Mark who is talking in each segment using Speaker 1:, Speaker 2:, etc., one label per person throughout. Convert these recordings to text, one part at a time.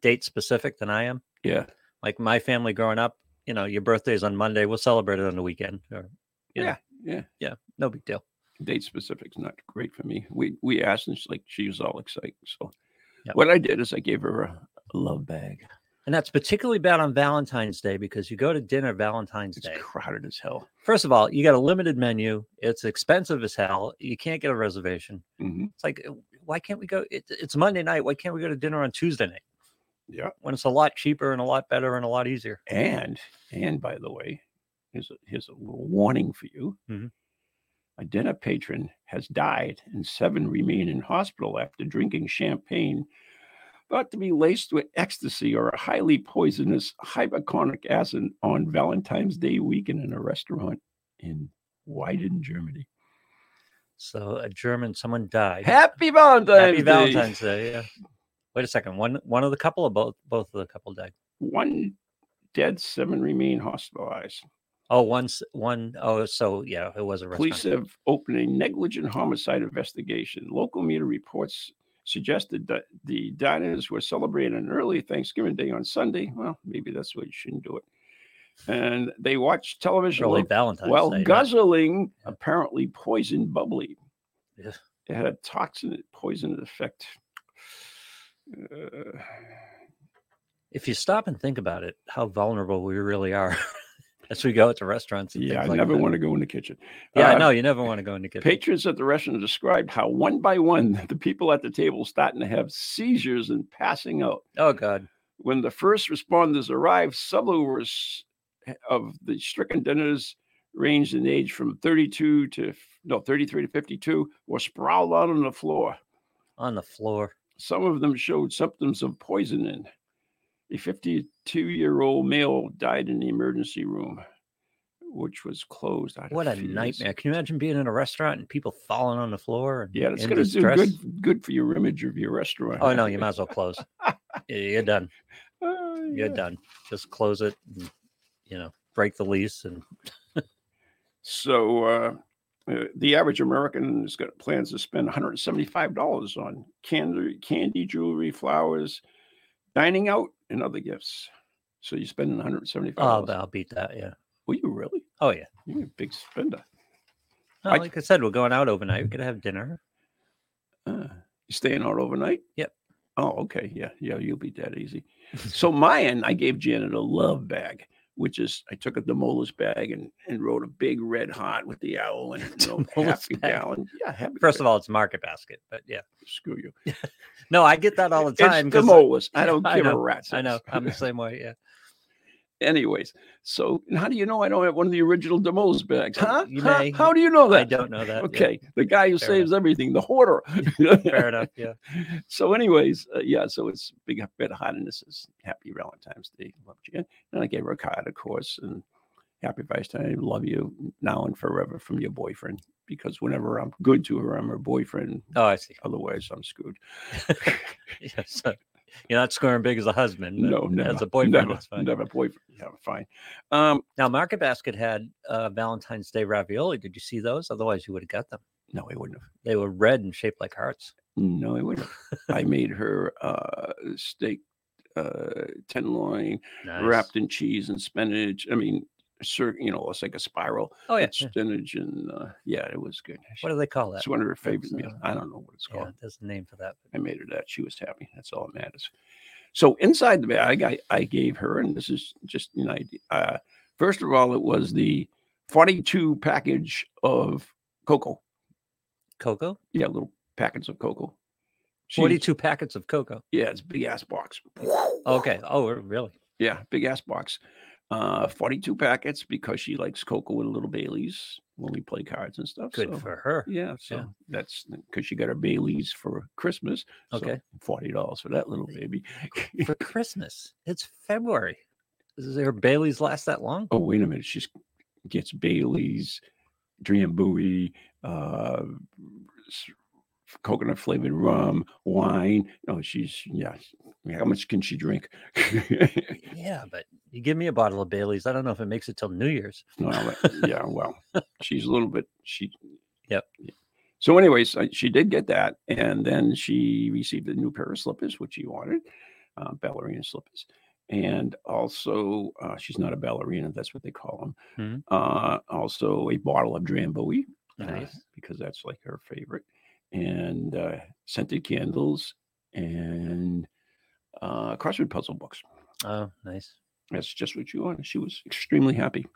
Speaker 1: date specific than I am.
Speaker 2: Yeah.
Speaker 1: Like my family growing up, you know, your birthday's on Monday. We'll celebrate it on the weekend. Or, you know,
Speaker 2: Yeah. Yeah.
Speaker 1: yeah. No big deal.
Speaker 2: Date specifics not great for me. We we asked and she, like she was all excited. So
Speaker 1: Yeah.
Speaker 2: what I did is I gave her a love bag.
Speaker 1: And that's particularly bad on Valentine's Day because you go to dinner Valentine's
Speaker 2: It's
Speaker 1: Day.
Speaker 2: crowded as hell.
Speaker 1: First of all, you got a limited menu. It's expensive as hell. You can't get a reservation.
Speaker 2: Mhm.
Speaker 1: It's like, uh, why can't we go? It, it's Monday night. Why can't we go to dinner on Tuesday night
Speaker 2: Yeah.
Speaker 1: when it's a lot cheaper and a lot better and a lot easier?
Speaker 2: And and by the way, here's a here's a little warning for you.
Speaker 1: Mhm.
Speaker 2: A dinner patron has died, and seven remain in hospital after drinking champagne, thought to be laced with ecstasy or a highly poisonous hyperconic acid on Valentine's Day weekend in a restaurant in Weiden, Germany.
Speaker 1: So a German, someone died.
Speaker 2: Happy Valentine's
Speaker 1: Happy
Speaker 2: Day.
Speaker 1: Valentine's Day. Yeah. Wait a second. One one of the couple or both both of the couple died.
Speaker 2: One dead, seven remain hospitalized.
Speaker 1: Oh, one s- one oh so yeah, it was a restaurant.
Speaker 2: Police have opened a negligent homicide investigation. Local media reports suggested that the diners were celebrating an early Thanksgiving day on Sunday. Well, maybe that's why you shouldn't do it. And they watched television
Speaker 1: Early
Speaker 2: late
Speaker 1: Valentine's
Speaker 2: while
Speaker 1: Day. yeah.
Speaker 2: guzzling
Speaker 1: Yeah.
Speaker 2: apparently poisoned bubbly.
Speaker 1: Yeah.
Speaker 2: It had a toxin poison effect. Uh,
Speaker 1: If you stop and think about it, how vulnerable we really are as we go out to restaurants. And
Speaker 2: yeah, I
Speaker 1: things like
Speaker 2: never
Speaker 1: that.
Speaker 2: want to go in the kitchen.
Speaker 1: Yeah, I
Speaker 2: Uh,
Speaker 1: know you never want to go into kitchen.
Speaker 2: Patrons at the restaurant described how one by one the people at the table starting to have seizures and passing out.
Speaker 1: oh God,
Speaker 2: When the first responders arrived, several were s- of the stricken dinners ranged in age from 32 to f- no 33 to 52 were sprawled out on the floor.
Speaker 1: on the floor.
Speaker 2: Some of them showed symptoms of poisoning. A 52-year-old male died in the emergency room, which was closed. out of
Speaker 1: What a
Speaker 2: fears.
Speaker 1: nightmare! Can you imagine being in a restaurant and people falling on the floor? And
Speaker 2: Yeah, that's
Speaker 1: in
Speaker 2: going to do
Speaker 1: distress?
Speaker 2: good good for your image of your restaurant.
Speaker 1: Oh no, you might as well close. Yeah, You're done.
Speaker 2: Uh, yeah.
Speaker 1: You're done. Just close it. And, you know, break the lease and
Speaker 2: So uh, uh, the average American has got plans to spend $175 on candy, candy, jewelry, flowers, dining out, and other gifts. So you're spending $175.
Speaker 1: oh, but I'll beat that. Yeah.
Speaker 2: Were you really?
Speaker 1: Oh yeah.
Speaker 2: You're a big spender.
Speaker 1: No,
Speaker 2: I-
Speaker 1: like I said, we're going out overnight. We're gonna have dinner.
Speaker 2: Uh, you staying out overnight?
Speaker 1: Yep.
Speaker 2: Oh, okay. Yeah, yeah, you'll be dead easy. so mine, I gave Janet a love bag, which is I took a Demolis bag and and wrote a big red heart with the owl and you know,
Speaker 1: Demolis
Speaker 2: happy
Speaker 1: bag.
Speaker 2: gallon. Yeah, happy.
Speaker 1: First of all, it's Market Basket, but yeah.
Speaker 2: screw you.
Speaker 1: No, I get that all the time.
Speaker 2: it's
Speaker 1: 'cause
Speaker 2: Demolis. I don't
Speaker 1: I
Speaker 2: give a
Speaker 1: know,
Speaker 2: rat's.
Speaker 1: I know
Speaker 2: ass.
Speaker 1: I'm the same way. Yeah.
Speaker 2: Anyways, so how do you know I don't have one of the original Demolis bags? Huh?
Speaker 1: You
Speaker 2: Huh?
Speaker 1: may.
Speaker 2: How do you know that?
Speaker 1: I don't know that. yeah.
Speaker 2: Okay, the guy who
Speaker 1: Fair
Speaker 2: saves everything, the hoarder.
Speaker 1: Fair enough. Yeah.
Speaker 2: so, anyways, uh, yeah, so it's big up bit hot, and this is happy Valentine's Day. Love you. And I gave her a card, of course, and happy Valentine's Day. Love you now and forever from your boyfriend. Because whenever I'm good to her, I'm her boyfriend.
Speaker 1: Oh, I see.
Speaker 2: Otherwise, I'm screwed.
Speaker 1: Yeah, so you're not scoring big as a husband. But
Speaker 2: No, never.
Speaker 1: As a boyfriend,
Speaker 2: never,
Speaker 1: that's fine.
Speaker 2: never boyfriend. Yeah, fine. Um,
Speaker 1: Now, Market Basket had uh, Valentine's Day ravioli. Did you see those? Otherwise, you would have got them.
Speaker 2: no, I wouldn't have.
Speaker 1: They were red and shaped like hearts.
Speaker 2: No, I wouldn't. have. I made her uh, steak uh, tenderloin
Speaker 1: Nice.
Speaker 2: wrapped in cheese and spinach. I mean, cir- you know, it's like a spiral.
Speaker 1: Oh yeah.
Speaker 2: with
Speaker 1: yeah.
Speaker 2: Spinach and uh, yeah, it was good. She-
Speaker 1: What do they call that?
Speaker 2: It's one of her favorite
Speaker 1: That's,
Speaker 2: meals.
Speaker 1: uh,
Speaker 2: I don't know what it's
Speaker 1: Yeah,
Speaker 2: called.
Speaker 1: there's a name for that.
Speaker 2: I made her that. She was happy. That's all that matters. So inside the bag, I, I gave her, and this is just an idea. Uh, first of all, it was the 42 package of cocoa.
Speaker 1: Cocoa?
Speaker 2: Yeah, little packets of cocoa. She's-
Speaker 1: 42 packets of cocoa.
Speaker 2: Yeah, it's a big ass box.
Speaker 1: Okay. Oh, really?
Speaker 2: Yeah, big ass box. Uh, 42 packets because she likes cocoa with a little Bailey's when we play cards and stuff.
Speaker 1: Good
Speaker 2: so-
Speaker 1: for her.
Speaker 2: Yeah, so that's because she got her Bailey's for Christmas. so
Speaker 1: Okay.
Speaker 2: forty dollars for that little baby.
Speaker 1: For Christmas. It's February. Does her Bailey's last that long?
Speaker 2: oh wait a minute, she gets Bailey's, Dream Bowie, uh, s- coconut flavored rum, wine. No, she's yeah. yeah, How much can she drink?
Speaker 1: Yeah, but you give me a bottle of Bailey's. I don't know if it makes it till New Year's.
Speaker 2: well, yeah, well, she's a little bit. She.
Speaker 1: Yep.
Speaker 2: yeah. So, anyways, I, she did get that, and then she received a new pair of slippers, which she wanted, uh, ballerina slippers, and also uh, she's not a ballerina. That's what they call them.
Speaker 1: Mhm.
Speaker 2: Uh, also, a bottle of Drambuie uh,
Speaker 1: Nice.
Speaker 2: because that's like her favorite, and uh, scented candles and uh, crossword puzzle books.
Speaker 1: Oh, nice.
Speaker 2: That's just what you wanted. She was extremely happy.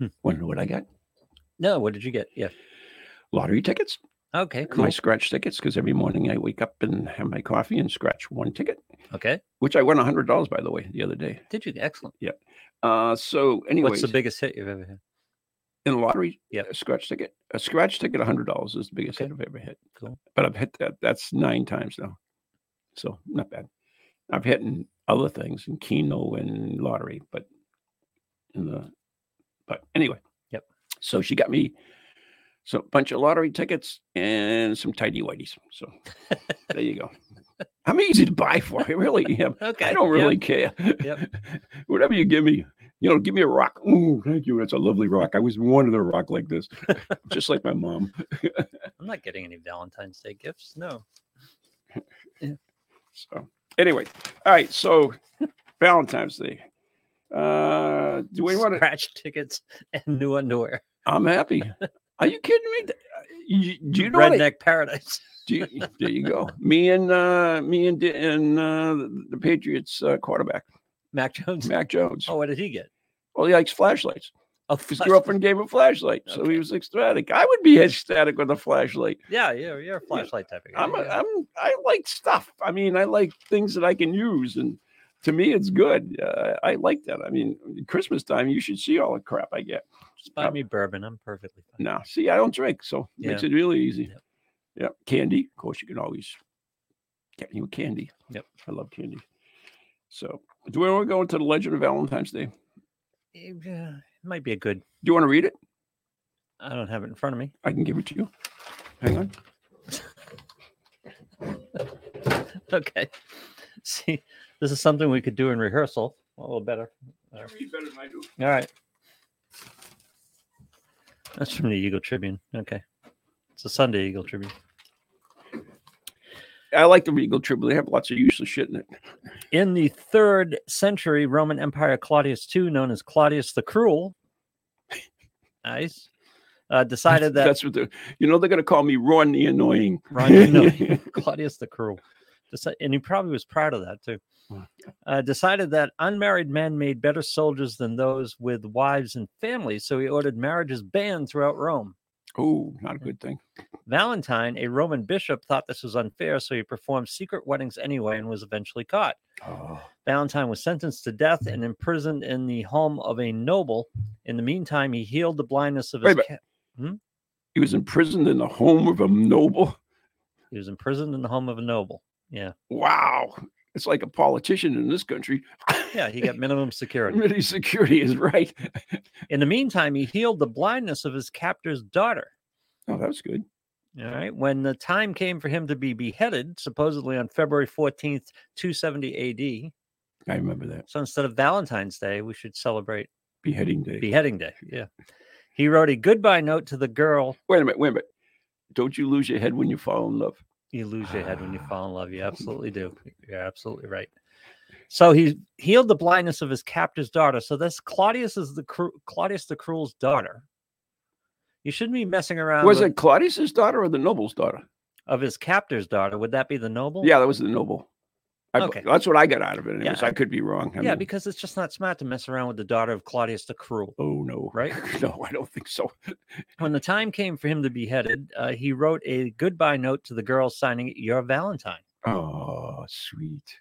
Speaker 1: Hmm.
Speaker 2: Want to know what I got?
Speaker 1: No, what did you get? Yeah.
Speaker 2: lottery tickets,
Speaker 1: Okay, cool.
Speaker 2: my scratch tickets, because every morning I wake up and have my coffee and scratch one ticket,
Speaker 1: Okay.
Speaker 2: which I won hundred dollars by the way the other day.
Speaker 1: Did you? Excellent.
Speaker 2: Uh, so anyways,
Speaker 1: What's the biggest hit you've ever had?
Speaker 2: in a lottery,
Speaker 1: Yep.
Speaker 2: a scratch ticket, a scratch ticket, hundred dollars is the biggest hit I've ever hit.
Speaker 1: Cool.
Speaker 2: But I've hit that. That's nine times now, so not bad. I've hit in other things in Keno and lottery, but in the but anyway.
Speaker 1: Yep.
Speaker 2: So she got me. So bunch of lottery tickets and some tidy whities. So there you go. I'm easy to buy for. I really am.
Speaker 1: Okay.
Speaker 2: I don't
Speaker 1: yeah.
Speaker 2: really care.
Speaker 1: Yep.
Speaker 2: Whatever you give me, you know, give me a rock. Ooh, thank you. That's a lovely rock. I was wanted a rock like this, just like my mom.
Speaker 1: I'm not getting any Valentine's Day gifts. No.
Speaker 2: So, anyway, all right. So, Valentine's Day. Uh, do we want to?
Speaker 1: scratch tickets and new underwear.
Speaker 2: I'm happy. Are you kidding me? You- Do you know? what I-
Speaker 1: Redneck paradise.
Speaker 2: do you- there you go. Me and uh, me and and uh, the Patriots uh, quarterback
Speaker 1: Mac Jones.
Speaker 2: Mac Jones.
Speaker 1: Oh, what did he get?
Speaker 2: Well, he likes flashlights.
Speaker 1: Oh,
Speaker 2: His
Speaker 1: fuck.
Speaker 2: girlfriend gave him a flashlight, so he
Speaker 1: Okay.
Speaker 2: was ecstatic. I would be ecstatic with a flashlight.
Speaker 1: Yeah, yeah, you're a flashlight type of guy.
Speaker 2: I'm, a,
Speaker 1: yeah.
Speaker 2: I'm, I like stuff. I mean, I like things that I can use, and to me, it's good. Uh, I like that. I mean, Christmas time, you should see all the crap I get. Uh,
Speaker 1: Just buy me bourbon. I'm perfectly fine.
Speaker 2: No, see, I don't drink, so it makes it really easy.
Speaker 1: Yep.
Speaker 2: Yeah, candy. Of course, you can always get new candy.
Speaker 1: Yep.
Speaker 2: I love candy. So, do we want to go into the legend of Valentine's Day? Do
Speaker 1: Eh, Yeah, it might be a good.
Speaker 2: you want to read it?
Speaker 1: I don't have it in front of me.
Speaker 2: I can give it to you. Hang on.
Speaker 1: Okay. See, this is something we could do in rehearsal. A little better. All right. That's from the Eagle Tribune. Okay. It's a Sunday Eagle Tribune.
Speaker 2: I like the Regal Tribune. They have lots of useless shit in it.
Speaker 1: In the third century Roman Empire, Claudius II, known as Claudius the Cruel, nice, uh, decided that
Speaker 2: That's what they're, you know, they're going to call me Ron the Annoying.
Speaker 1: Ron the Annoying. Claudius the Cruel, deci- and he probably was proud of that too.
Speaker 2: Mm.
Speaker 1: Uh, decided that unmarried men made better soldiers than those with wives and families, so he ordered marriages banned throughout Rome.
Speaker 2: oh, not a good thing.
Speaker 1: Valentine, a Roman bishop, thought this was unfair, so he performed secret weddings anyway and was eventually caught.
Speaker 2: Oh,
Speaker 1: Valentine was sentenced to death and imprisoned in the home of a noble. In the meantime, he healed the blindness of
Speaker 2: Wait a
Speaker 1: his.
Speaker 2: minute.
Speaker 1: Ca-
Speaker 2: he was imprisoned in the home of a noble.
Speaker 1: he was imprisoned in the home of a noble.
Speaker 2: Wow. It's like a politician in this country.
Speaker 1: Yeah, he got minimum security.
Speaker 2: Really, security is right.
Speaker 1: In the meantime, he healed the blindness of his captor's daughter.
Speaker 2: Oh, that was good.
Speaker 1: All right. When the time came for him to be beheaded, supposedly on February 14th, 270 AD.
Speaker 2: I remember that.
Speaker 1: So instead of Valentine's Day, we should celebrate
Speaker 2: Beheading day.
Speaker 1: beheading day. Yeah. He wrote a goodbye note to the girl.
Speaker 2: wait a minute. Wait a minute. Don't you lose your head when you fall in love?
Speaker 1: You lose your head when you fall in love. You absolutely do. You're absolutely right. So he healed the blindness of his captor's daughter. So this Claudius is the cru- Claudius the Cruel's daughter. You shouldn't be messing around
Speaker 2: was
Speaker 1: with-
Speaker 2: it Claudius's daughter or the noble's daughter?
Speaker 1: of his captor's daughter. Would that be the noble?
Speaker 2: Yeah, that was the noble. I-
Speaker 1: Okay.
Speaker 2: That's what I got out of it.
Speaker 1: Yeah,
Speaker 2: Anyways,
Speaker 1: I-
Speaker 2: I could be wrong. I
Speaker 1: yeah,
Speaker 2: mean,
Speaker 1: because it's just not smart to mess around with the daughter of Claudius the Cruel.
Speaker 2: oh no,
Speaker 1: Right.
Speaker 2: no, I don't think so.
Speaker 1: When the time came for him to be headed, uh, he wrote a goodbye note to the girls, signing it "Your Valentine."
Speaker 2: Oh, sweet.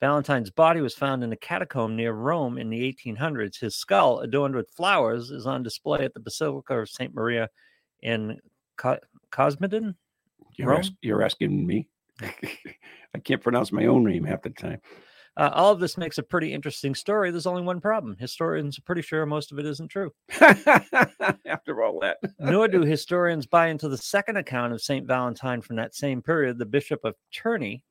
Speaker 1: Valentine's body was found in a catacomb near Rome in the 1800s. His skull, adorned with flowers, is on display at the Basilica of St. Maria in Co- Cosmedin.
Speaker 2: You're,
Speaker 1: Rome?
Speaker 2: ask, you're asking me. I can't pronounce my own name half the time.
Speaker 1: Uh, all of this makes a pretty interesting story. There's only one problem. Historians are pretty sure most of it isn't true.
Speaker 2: After all that,
Speaker 1: Nor do historians buy into the second account of St. Valentine from that same period, the Bishop of Terni,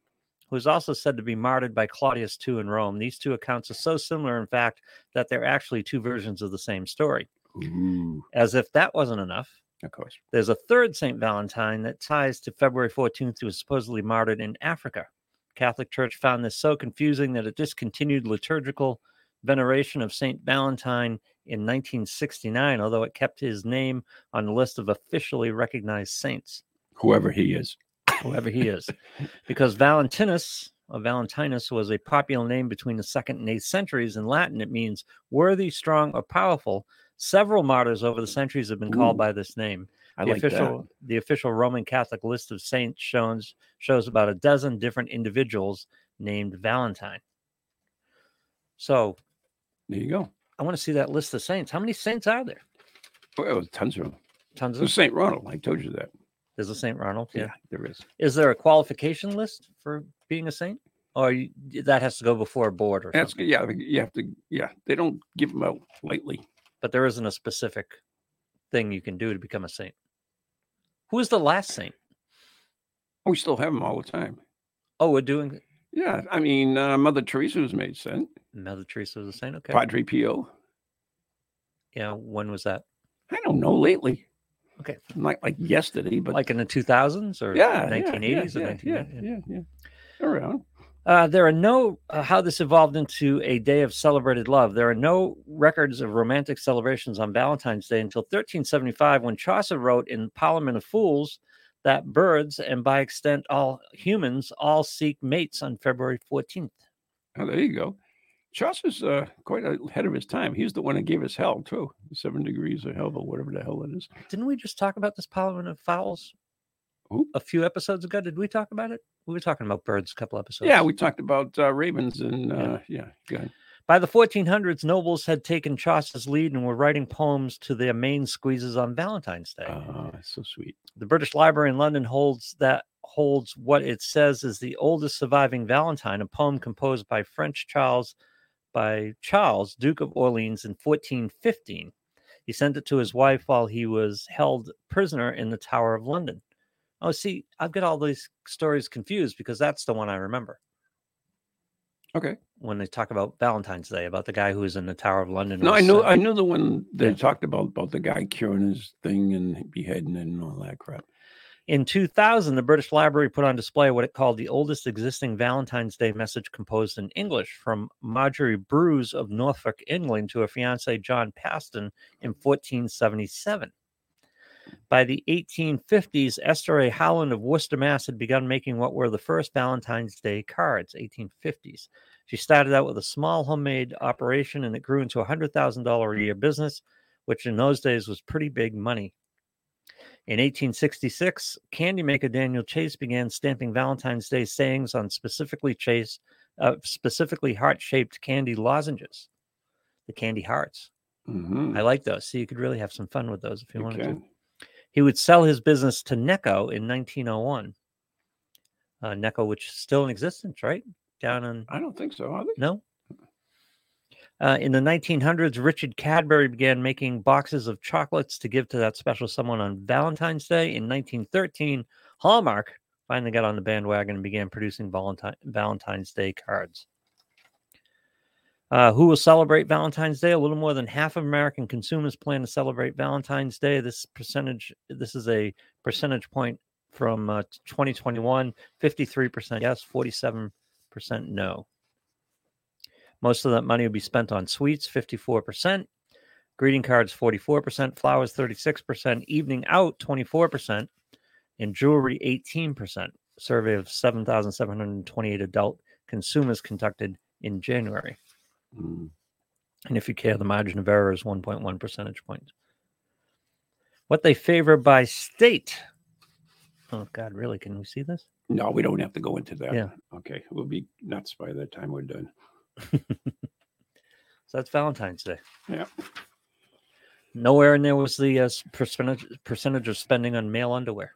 Speaker 1: who is also said to be martyred by Claudius II in Rome. These two accounts are so similar, in fact, that they're actually two versions of the same story.
Speaker 2: Ooh,
Speaker 1: As if that wasn't enough,
Speaker 2: of course.
Speaker 1: there's a third St. Valentine that ties to February 14th, who was supposedly martyred in Africa. Catholic Church found this so confusing that it discontinued liturgical veneration of St. Valentine in 1969, although it kept his name on the list of officially recognized saints,
Speaker 2: Whoever he is.
Speaker 1: whoever he is, because Valentinus or Valentinus was a popular name between the second and eighth centuries. In Latin, it means worthy, strong, or powerful. Several martyrs over the centuries have been called
Speaker 2: Ooh.
Speaker 1: by this name
Speaker 2: I
Speaker 1: the
Speaker 2: like
Speaker 1: official the official Roman Catholic list of saints shows shows about a dozen different individuals named Valentine. So
Speaker 2: that. There you go.
Speaker 1: I want to see that list of saints. How many saints are there?
Speaker 2: Well, tons of them.
Speaker 1: Tons
Speaker 2: There's
Speaker 1: of.
Speaker 2: St. Ronald. I told you that.
Speaker 1: There's a Saint Ronald. Yeah.
Speaker 2: there is.
Speaker 1: Is there a qualification list for being a saint, or you, that has to go before a board or
Speaker 2: That's
Speaker 1: something?
Speaker 2: yeah. I think You have to yeah. They don't give them out lightly.
Speaker 1: But there isn't a specific thing you can do to become a saint. Who is the last saint?
Speaker 2: We still have them all the time.
Speaker 1: Oh, we're doing
Speaker 2: Yeah, I mean uh, Mother Teresa was made saint.
Speaker 1: Mother Teresa was a saint. Okay.
Speaker 2: Padre Pio.
Speaker 1: Yeah. When was that?
Speaker 2: I don't know lately.
Speaker 1: Okay.
Speaker 2: Not like yesterday, but
Speaker 1: like in the 2000s or
Speaker 2: yeah,
Speaker 1: 1980s
Speaker 2: yeah,
Speaker 1: or
Speaker 2: yeah,
Speaker 1: 1990s.
Speaker 2: yeah, yeah, yeah, yeah. Around.
Speaker 1: Uh, there are no uh, how this evolved into a day of celebrated love. There are no records of romantic celebrations on Valentine's Day until 1375, when Chaucer wrote in Parliament of Fools that birds and by extent all humans all seek mates on February 14th.
Speaker 2: Oh, there you go. Chaucer's uh, quite ahead of his time. He's the one that gave us hell too, seven degrees of hell or whatever the hell it is.
Speaker 1: Didn't we just talk about this Parliament of Fowls
Speaker 2: Who?
Speaker 1: a few episodes ago? Did we talk about it? We were talking about birds a couple episodes.
Speaker 2: yeah, we talked about uh, ravens and uh, yeah, go ahead.
Speaker 1: By the 1400s, nobles had taken Chaucer's lead and were writing poems to their main squeezes on Valentine's Day.
Speaker 2: Ah, so sweet.
Speaker 1: the British Library in London holds that holds what it says is the oldest surviving Valentine, a poem composed by French Charles by Charles, Duke of Orleans in 1415. He sent it to his wife while he was held prisoner in the Tower of London. Oh, see, I've got all these stories confused because that's the one I remember
Speaker 2: Okay.
Speaker 1: when they talk about Valentine's Day, about the guy who was in the Tower of London. and
Speaker 2: No, I
Speaker 1: was
Speaker 2: know,
Speaker 1: sent-
Speaker 2: I know the one they
Speaker 1: Yeah.
Speaker 2: talked about about the guy curing his thing and beheading it and all that crap.
Speaker 1: In 2000, the British Library put on display what it called the oldest existing Valentine's Day message composed in English from Marjorie Bruce of Norfolk, England, to her fiance John Paston in 1477. By the 1850s, Esther A. Howland of Worcester, Mass. had begun making what were the first Valentine's Day cards, 1850s. She started out with a small homemade operation and it grew into a $100,000 a year business, which in those days was pretty big money. In 1866, candy maker Daniel Chase began stamping Valentine's Day sayings on specifically Chase, uh, specifically heart-shaped candy lozenges, the candy hearts.
Speaker 2: Mm-hmm.
Speaker 1: I like those. So you could really have some fun with those if you, wanted to.
Speaker 2: Okay.
Speaker 1: He would sell his business to Necco in 1901. Uh, Necco, which is still in existence, right down in
Speaker 2: I don't think so. Are they?
Speaker 1: no. Uh, in the 1900s, Richard Cadbury began making boxes of chocolates to give to that special someone on Valentine's Day. In 1913, Hallmark finally got on the bandwagon and began producing Valentine, Valentine's Day cards. Uh, who will celebrate Valentine's Day? A little more than half of American consumers plan to celebrate Valentine's Day. This percentage, this is a percentage point from uh, 2021 53% yes, 47% no. Most of that money would be spent on sweets, 54%, greeting cards, 44%, flowers, 36%, evening out, 24%, and jewelry, 18%. Survey of 7,728 adult consumers conducted in January.
Speaker 2: Mm.
Speaker 1: And if you care, the margin of error is 1.1 percentage points. What they favor by state. Oh, God, really? Can we see this?
Speaker 2: No, we don't have to go into that.
Speaker 1: Yeah.
Speaker 2: Okay. We'll be nuts by the time we're done.
Speaker 1: So that's Valentine's Day.
Speaker 2: Yeah.
Speaker 1: Nowhere in there was the uh, s- percentage, percentage of spending on male underwear.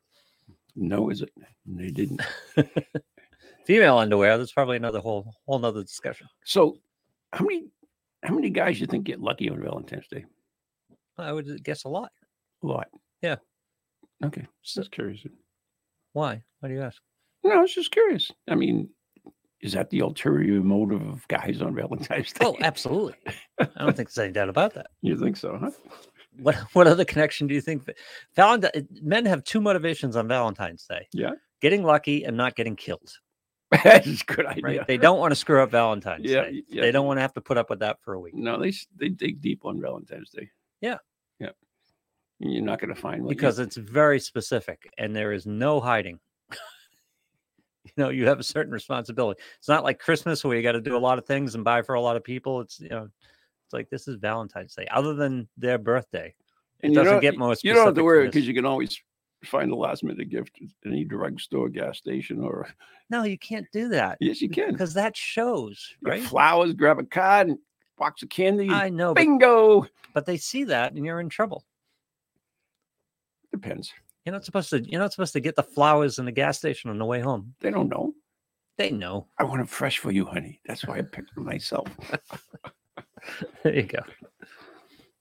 Speaker 2: No, is it? They didn't.
Speaker 1: Female underwear, that's probably another whole whole nother discussion.
Speaker 2: So, how many how many guys you think get lucky on Valentine's Day?
Speaker 1: I would guess a lot.
Speaker 2: A lot.
Speaker 1: Yeah.
Speaker 2: Okay.
Speaker 1: So-
Speaker 2: just curious.
Speaker 1: Why? Why do you ask?
Speaker 2: No, I was just curious. I mean, is that the ulterior motive of guys on Valentine's Day?
Speaker 1: Oh, absolutely. I don't think there's any doubt about that.
Speaker 2: you think so, huh?
Speaker 1: What what other connection do you think? Valentine men have two motivations on Valentine's Day.
Speaker 2: Yeah.
Speaker 1: Getting lucky and not getting killed.
Speaker 2: That's a good idea.
Speaker 1: Right. They don't want to screw up Valentine's
Speaker 2: yeah,
Speaker 1: Day.
Speaker 2: yeah.
Speaker 1: They don't want to have to put up with that for a week.
Speaker 2: No, they s- they dig deep on Valentine's Day.
Speaker 1: Yeah.
Speaker 2: Yeah. And You're not going to find one
Speaker 1: because it's very specific and there is no hiding. you know, you have a certain responsibility. It's not like Christmas where you got to do a lot of things and buy for a lot of people. It's you know, it's like this is Valentine's Day. Other than their birthday,
Speaker 2: and
Speaker 1: doesn't
Speaker 2: don't-
Speaker 1: get more
Speaker 2: You don't have
Speaker 1: specific
Speaker 2: to
Speaker 1: than
Speaker 2: worry
Speaker 1: this.
Speaker 2: because you can always find a last minute gift at any drugstore, gas station, or
Speaker 1: no, you can't do that
Speaker 2: yes, you can.
Speaker 1: because that shows,
Speaker 2: You got
Speaker 1: right?
Speaker 2: Flowers, grab a card, and box of candy.
Speaker 1: I know, but,
Speaker 2: bingo.
Speaker 1: but they see that and you're in trouble.
Speaker 2: Depends.
Speaker 1: You're not supposed to. You're not supposed to get the flowers in the gas station on the way home.
Speaker 2: They don't know.
Speaker 1: They know.
Speaker 2: I want them fresh for you, honey. That's why I picked them myself.
Speaker 1: There you go.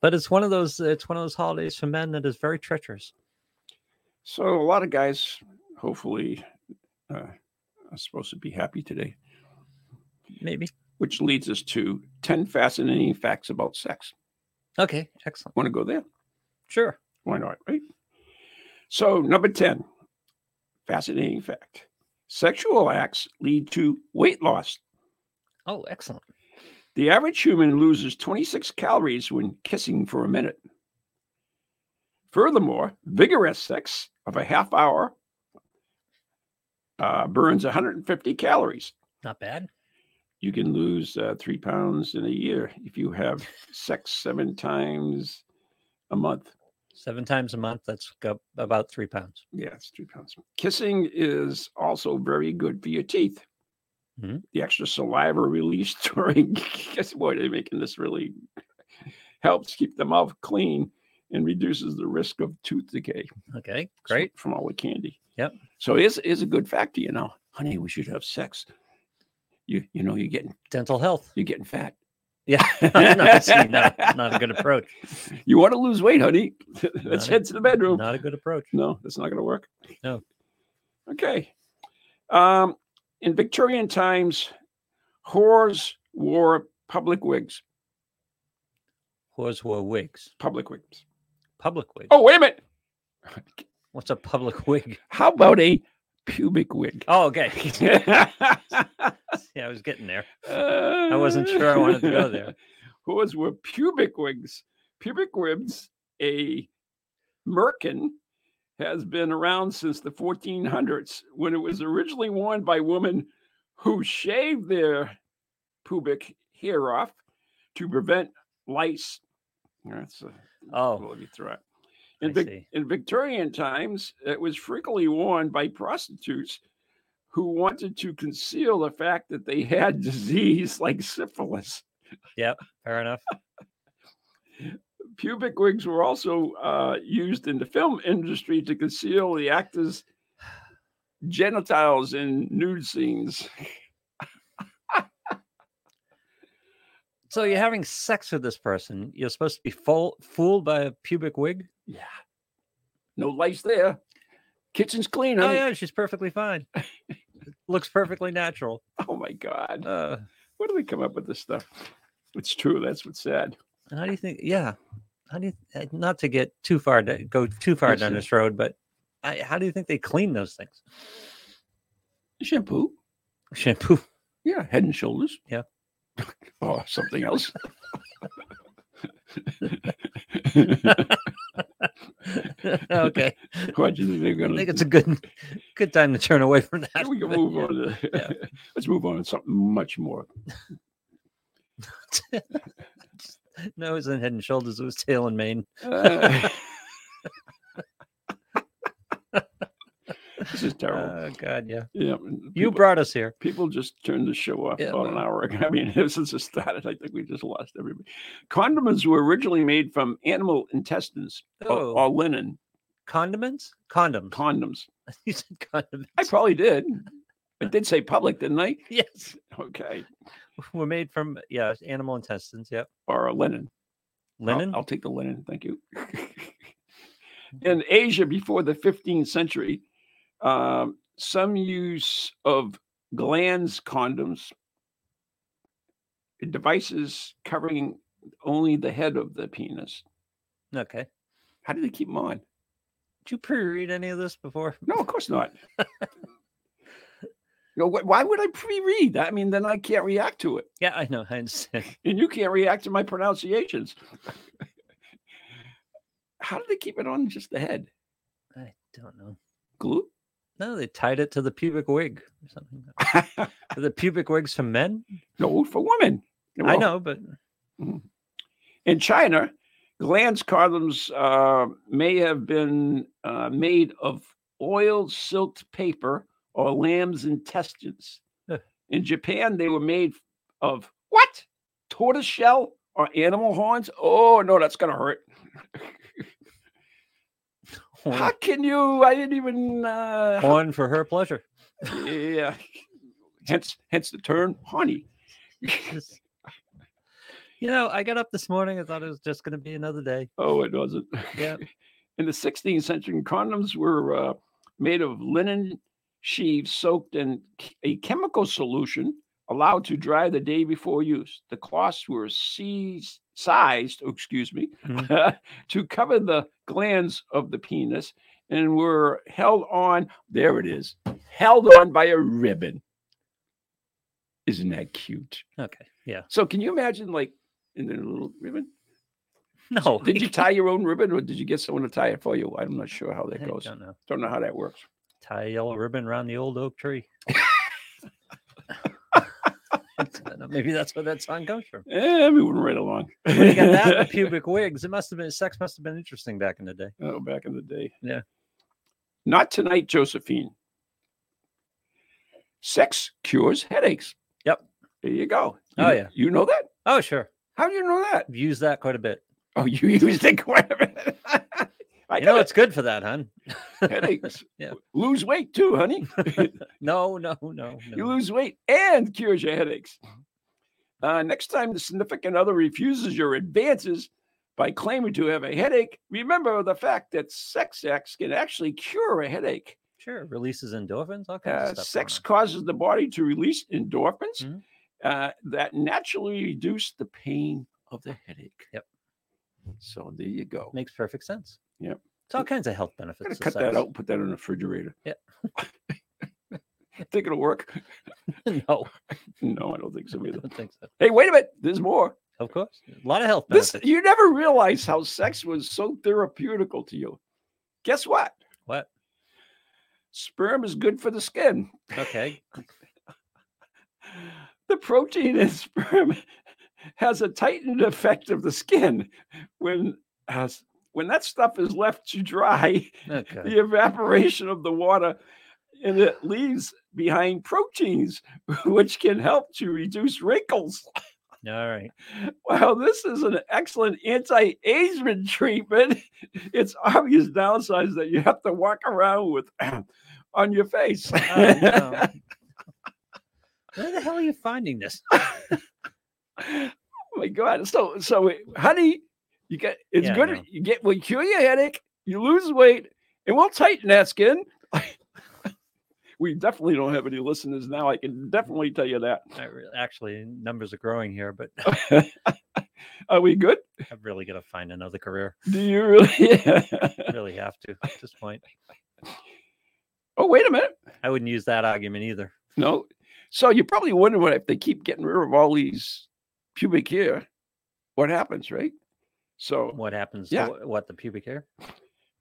Speaker 1: But it's one of those. It's one of those holidays for men that is very treacherous.
Speaker 2: So a lot of guys, hopefully, uh, are supposed to be happy today.
Speaker 1: Maybe.
Speaker 2: which leads us to 10 fascinating facts about sex.
Speaker 1: Okay. Excellent.
Speaker 2: Want to go there?
Speaker 1: Sure.
Speaker 2: Why not? Right? So, number 10, fascinating fact sexual acts lead to weight loss.
Speaker 1: Oh, excellent.
Speaker 2: The average human loses 26 calories when kissing for a minute. Furthermore, vigorous sex of a half hour uh, burns 150 calories.
Speaker 1: Not bad.
Speaker 2: you can lose uh, three pounds in a year if you have sex seven times a month.
Speaker 1: Seven times a month. That's got about three pounds.
Speaker 2: Yeah, it's three pounds. Kissing is also very good for your teeth.
Speaker 1: Mhm.
Speaker 2: The extra saliva released during guess what? They're making this really helps keep the mouth clean and reduces the risk of tooth decay.
Speaker 1: Okay. Great.
Speaker 2: from all the candy.
Speaker 1: Yep.
Speaker 2: So is is a good fact to you now, honey. We should have sex. You you know you're getting
Speaker 1: Dental health.
Speaker 2: you're getting fat.
Speaker 1: Yeah. no, see, no, not a good approach.
Speaker 2: You want to lose weight, honey? Let's
Speaker 1: Not a-
Speaker 2: head to the bedroom.
Speaker 1: Not a good approach.
Speaker 2: No, that's not going to work.
Speaker 1: No.
Speaker 2: Okay. Um, in Victorian times, whores wore public wigs.
Speaker 1: Whores wore wigs.
Speaker 2: Public wigs.
Speaker 1: Public wig.
Speaker 2: Oh, wait a minute.
Speaker 1: What's a public wig?
Speaker 2: How about a pubic wig?
Speaker 1: Oh, okay.
Speaker 2: I
Speaker 1: yeah, I was getting there. wasn't sure I wanted to go there.
Speaker 2: Whores were pubic wigs. Pubic wigs, a merkin, has been around since the 1400s when it was originally worn by women who shaved their pubic hair off to prevent lice. That's a
Speaker 1: Oh,
Speaker 2: bloody threat.
Speaker 1: I
Speaker 2: In, Vic-
Speaker 1: see.
Speaker 2: in Victorian times, it was frequently worn by prostitutes who wanted to conceal the fact that they had disease like syphilis.
Speaker 1: fair enough.
Speaker 2: Pubic wigs were also uh, used in the film industry to conceal the actors' genitals in nude scenes.
Speaker 1: So you're having sex with this person. You're supposed to be fool- fooled by a pubic wig?
Speaker 2: Yeah. No lice there. Kitchen's clean,
Speaker 1: Oh,
Speaker 2: honey.
Speaker 1: yeah. She's perfectly fine. Looks perfectly natural.
Speaker 2: Oh my God.
Speaker 1: Uh,
Speaker 2: Where do they come up with this stuff? It's true. That's what's sad.
Speaker 1: And How do you think? Yeah, how do you? uh, Not to get too far, to, go too far
Speaker 2: Yes,
Speaker 1: down
Speaker 2: sir.
Speaker 1: this road, but I, how do you think they clean those things?
Speaker 2: Shampoo.
Speaker 1: Shampoo.
Speaker 2: Yeah, head and shoulders.
Speaker 1: Yeah.
Speaker 2: or something else.
Speaker 1: okay,
Speaker 2: Why do you think they're
Speaker 1: I
Speaker 2: gonna
Speaker 1: think it's a good. Good time to turn away from that.
Speaker 2: we can
Speaker 1: but
Speaker 2: move
Speaker 1: yeah.
Speaker 2: on. To,
Speaker 1: Yeah.
Speaker 2: Let's move on to something much more.
Speaker 1: No, it was in Head and Shoulders. It was Tail and Mane.
Speaker 2: Uh, this is terrible.
Speaker 1: Oh God, yeah.
Speaker 2: yeah,
Speaker 1: You
Speaker 2: people-
Speaker 1: brought us here.
Speaker 2: People just turned the show off
Speaker 1: Yeah,
Speaker 2: about an
Speaker 1: well-
Speaker 2: hour ago. I mean, since it started, I think we just lost everybody. Condiments were originally made from animal intestines or-
Speaker 1: Oh.
Speaker 2: or linen
Speaker 1: Condiments, condoms.
Speaker 2: condoms.
Speaker 1: you said condiments.
Speaker 2: I probably did. I did say public, didn't I?
Speaker 1: yes,
Speaker 2: Okay.
Speaker 1: were made from yeah animal intestines. Yep,
Speaker 2: Or a linen. I'll-
Speaker 1: linen.
Speaker 2: I'll, take the linen. Thank you. In Asia before the 15th century, um, some use of glands condoms, devices covering only the head of the penis.
Speaker 1: okay.
Speaker 2: How do they keep them on?
Speaker 1: Did you pre-read any of this before?
Speaker 2: No, of course not. you know, wh- why would I pre read? I mean, then I can't react to it.
Speaker 1: Yeah, I know. I understand.
Speaker 2: and you can't react to my pronunciations. How did they keep it on just the head?
Speaker 1: I don't know.
Speaker 2: Glue?
Speaker 1: No, they tied it to the pubic wig or something. Are the pubic wigs for men?
Speaker 2: no, for women.
Speaker 1: I
Speaker 2: Well,
Speaker 1: know, but
Speaker 2: In China, glands condoms uh, may have been uh, made of oiled silk paper or lamb's intestines.
Speaker 1: Huh.
Speaker 2: In Japan, they were made of what? Tortoise shell or animal horns? Oh, no, that's going to hurt. How
Speaker 1: horn,
Speaker 2: can you? I didn't even. Uh, how
Speaker 1: horn for her pleasure.
Speaker 2: Yeah. Hence, hence the term honey.
Speaker 1: Just- you know, I got up this morning. I thought it was just going to be another day.
Speaker 2: Oh, it wasn't.
Speaker 1: Yeah.
Speaker 2: In the 16th century, condoms were uh, made of linen sheaves soaked in ch- a chemical solution, allowed to dry the day before use. The cloths were seized, sized, oh, excuse me, to cover the glands of the penis and were held on. There it is, held on by a ribbon. Isn't that cute?
Speaker 1: Okay. Yeah.
Speaker 2: So can you imagine like in the little ribbon?
Speaker 1: No.
Speaker 2: Did you tie your own ribbon or did you get someone to tie it for you? I'm not sure how that
Speaker 1: I
Speaker 2: goes. Don't.
Speaker 1: don't
Speaker 2: know
Speaker 1: know.
Speaker 2: how that works.
Speaker 1: Tie a yellow ribbon around the old oak tree. I don't know, Maybe that's where that song comes from.
Speaker 2: Eh, we went right along.
Speaker 1: When you got that and the pubic wigs, it must have been sex must have been interesting back in the day.
Speaker 2: oh, back in the day.
Speaker 1: Yeah.
Speaker 2: Not tonight, Josephine. Sex cures headaches.
Speaker 1: Yep.
Speaker 2: There you go. You
Speaker 1: Oh,
Speaker 2: kn-
Speaker 1: yeah.
Speaker 2: You know that?
Speaker 1: Oh, sure.
Speaker 2: How do you know that?
Speaker 1: I've used that quite a bit.
Speaker 2: Oh, you used it quite a bit. I
Speaker 1: You know,
Speaker 2: got
Speaker 1: it's good for that, hun.
Speaker 2: headaches.
Speaker 1: Yeah.
Speaker 2: Lose weight too, honey.
Speaker 1: No, no, no.
Speaker 2: You
Speaker 1: no.
Speaker 2: lose weight and cures your headaches. Uh, next time the significant other refuses your advances by claiming to have a headache, remember the fact that sex acts can actually cure a headache.
Speaker 1: Sure. it Releases endorphins, all
Speaker 2: Uh,
Speaker 1: kinds of stuff.
Speaker 2: sex
Speaker 1: going
Speaker 2: causes the body to release endorphins
Speaker 1: Mhm.
Speaker 2: uh, that naturally reduce the pain of the headache.
Speaker 1: Yep.
Speaker 2: So there you go.
Speaker 1: on. makes perfect sense.
Speaker 2: Yep.
Speaker 1: It's all kinds of health
Speaker 2: I'm gonna
Speaker 1: benefits. of
Speaker 2: cut that
Speaker 1: sex.
Speaker 2: out. and Put that in the refrigerator.
Speaker 1: Yeah.
Speaker 2: think it'll work?
Speaker 1: no,
Speaker 2: No, I don't think so
Speaker 1: I
Speaker 2: either.
Speaker 1: don't think so.
Speaker 2: Hey, wait a minute. There's more.
Speaker 1: Of course, a lot of health
Speaker 2: This
Speaker 1: benefits.
Speaker 2: you never realized how sex was so therapeutical to you. Guess what?
Speaker 1: What?
Speaker 2: Sperm is good for the skin.
Speaker 1: Okay.
Speaker 2: The protein in sperm has a tightened effect of the skin. When uh, when that stuff is left to dry,
Speaker 1: Okay.
Speaker 2: the evaporation of the water and it leaves behind proteins which can help to reduce wrinkles.
Speaker 1: All right.
Speaker 2: Wow, this is an excellent anti-aging treatment. It's obvious downsides that you have to walk around with on your face.
Speaker 1: Oh, no. Where the hell are you finding this?
Speaker 2: oh my god! So, so honey, you get it's
Speaker 1: Yeah, I
Speaker 2: good.
Speaker 1: know.
Speaker 2: You get we cure your headache, you lose weight, and we'll tighten that skin. we definitely don't have any listeners now. I can definitely tell you that.
Speaker 1: I re- actually, numbers are growing here, but
Speaker 2: Are we good?
Speaker 1: I'm really gonna find another career.
Speaker 2: Do you really?
Speaker 1: Really have to at this point.
Speaker 2: oh, wait a minute.
Speaker 1: I wouldn't use that argument either.
Speaker 2: No. So you probably wonder what if they keep getting rid of all these pubic hair, what happens, right? So
Speaker 1: What happens
Speaker 2: Yeah.
Speaker 1: to wh- what the pubic hair?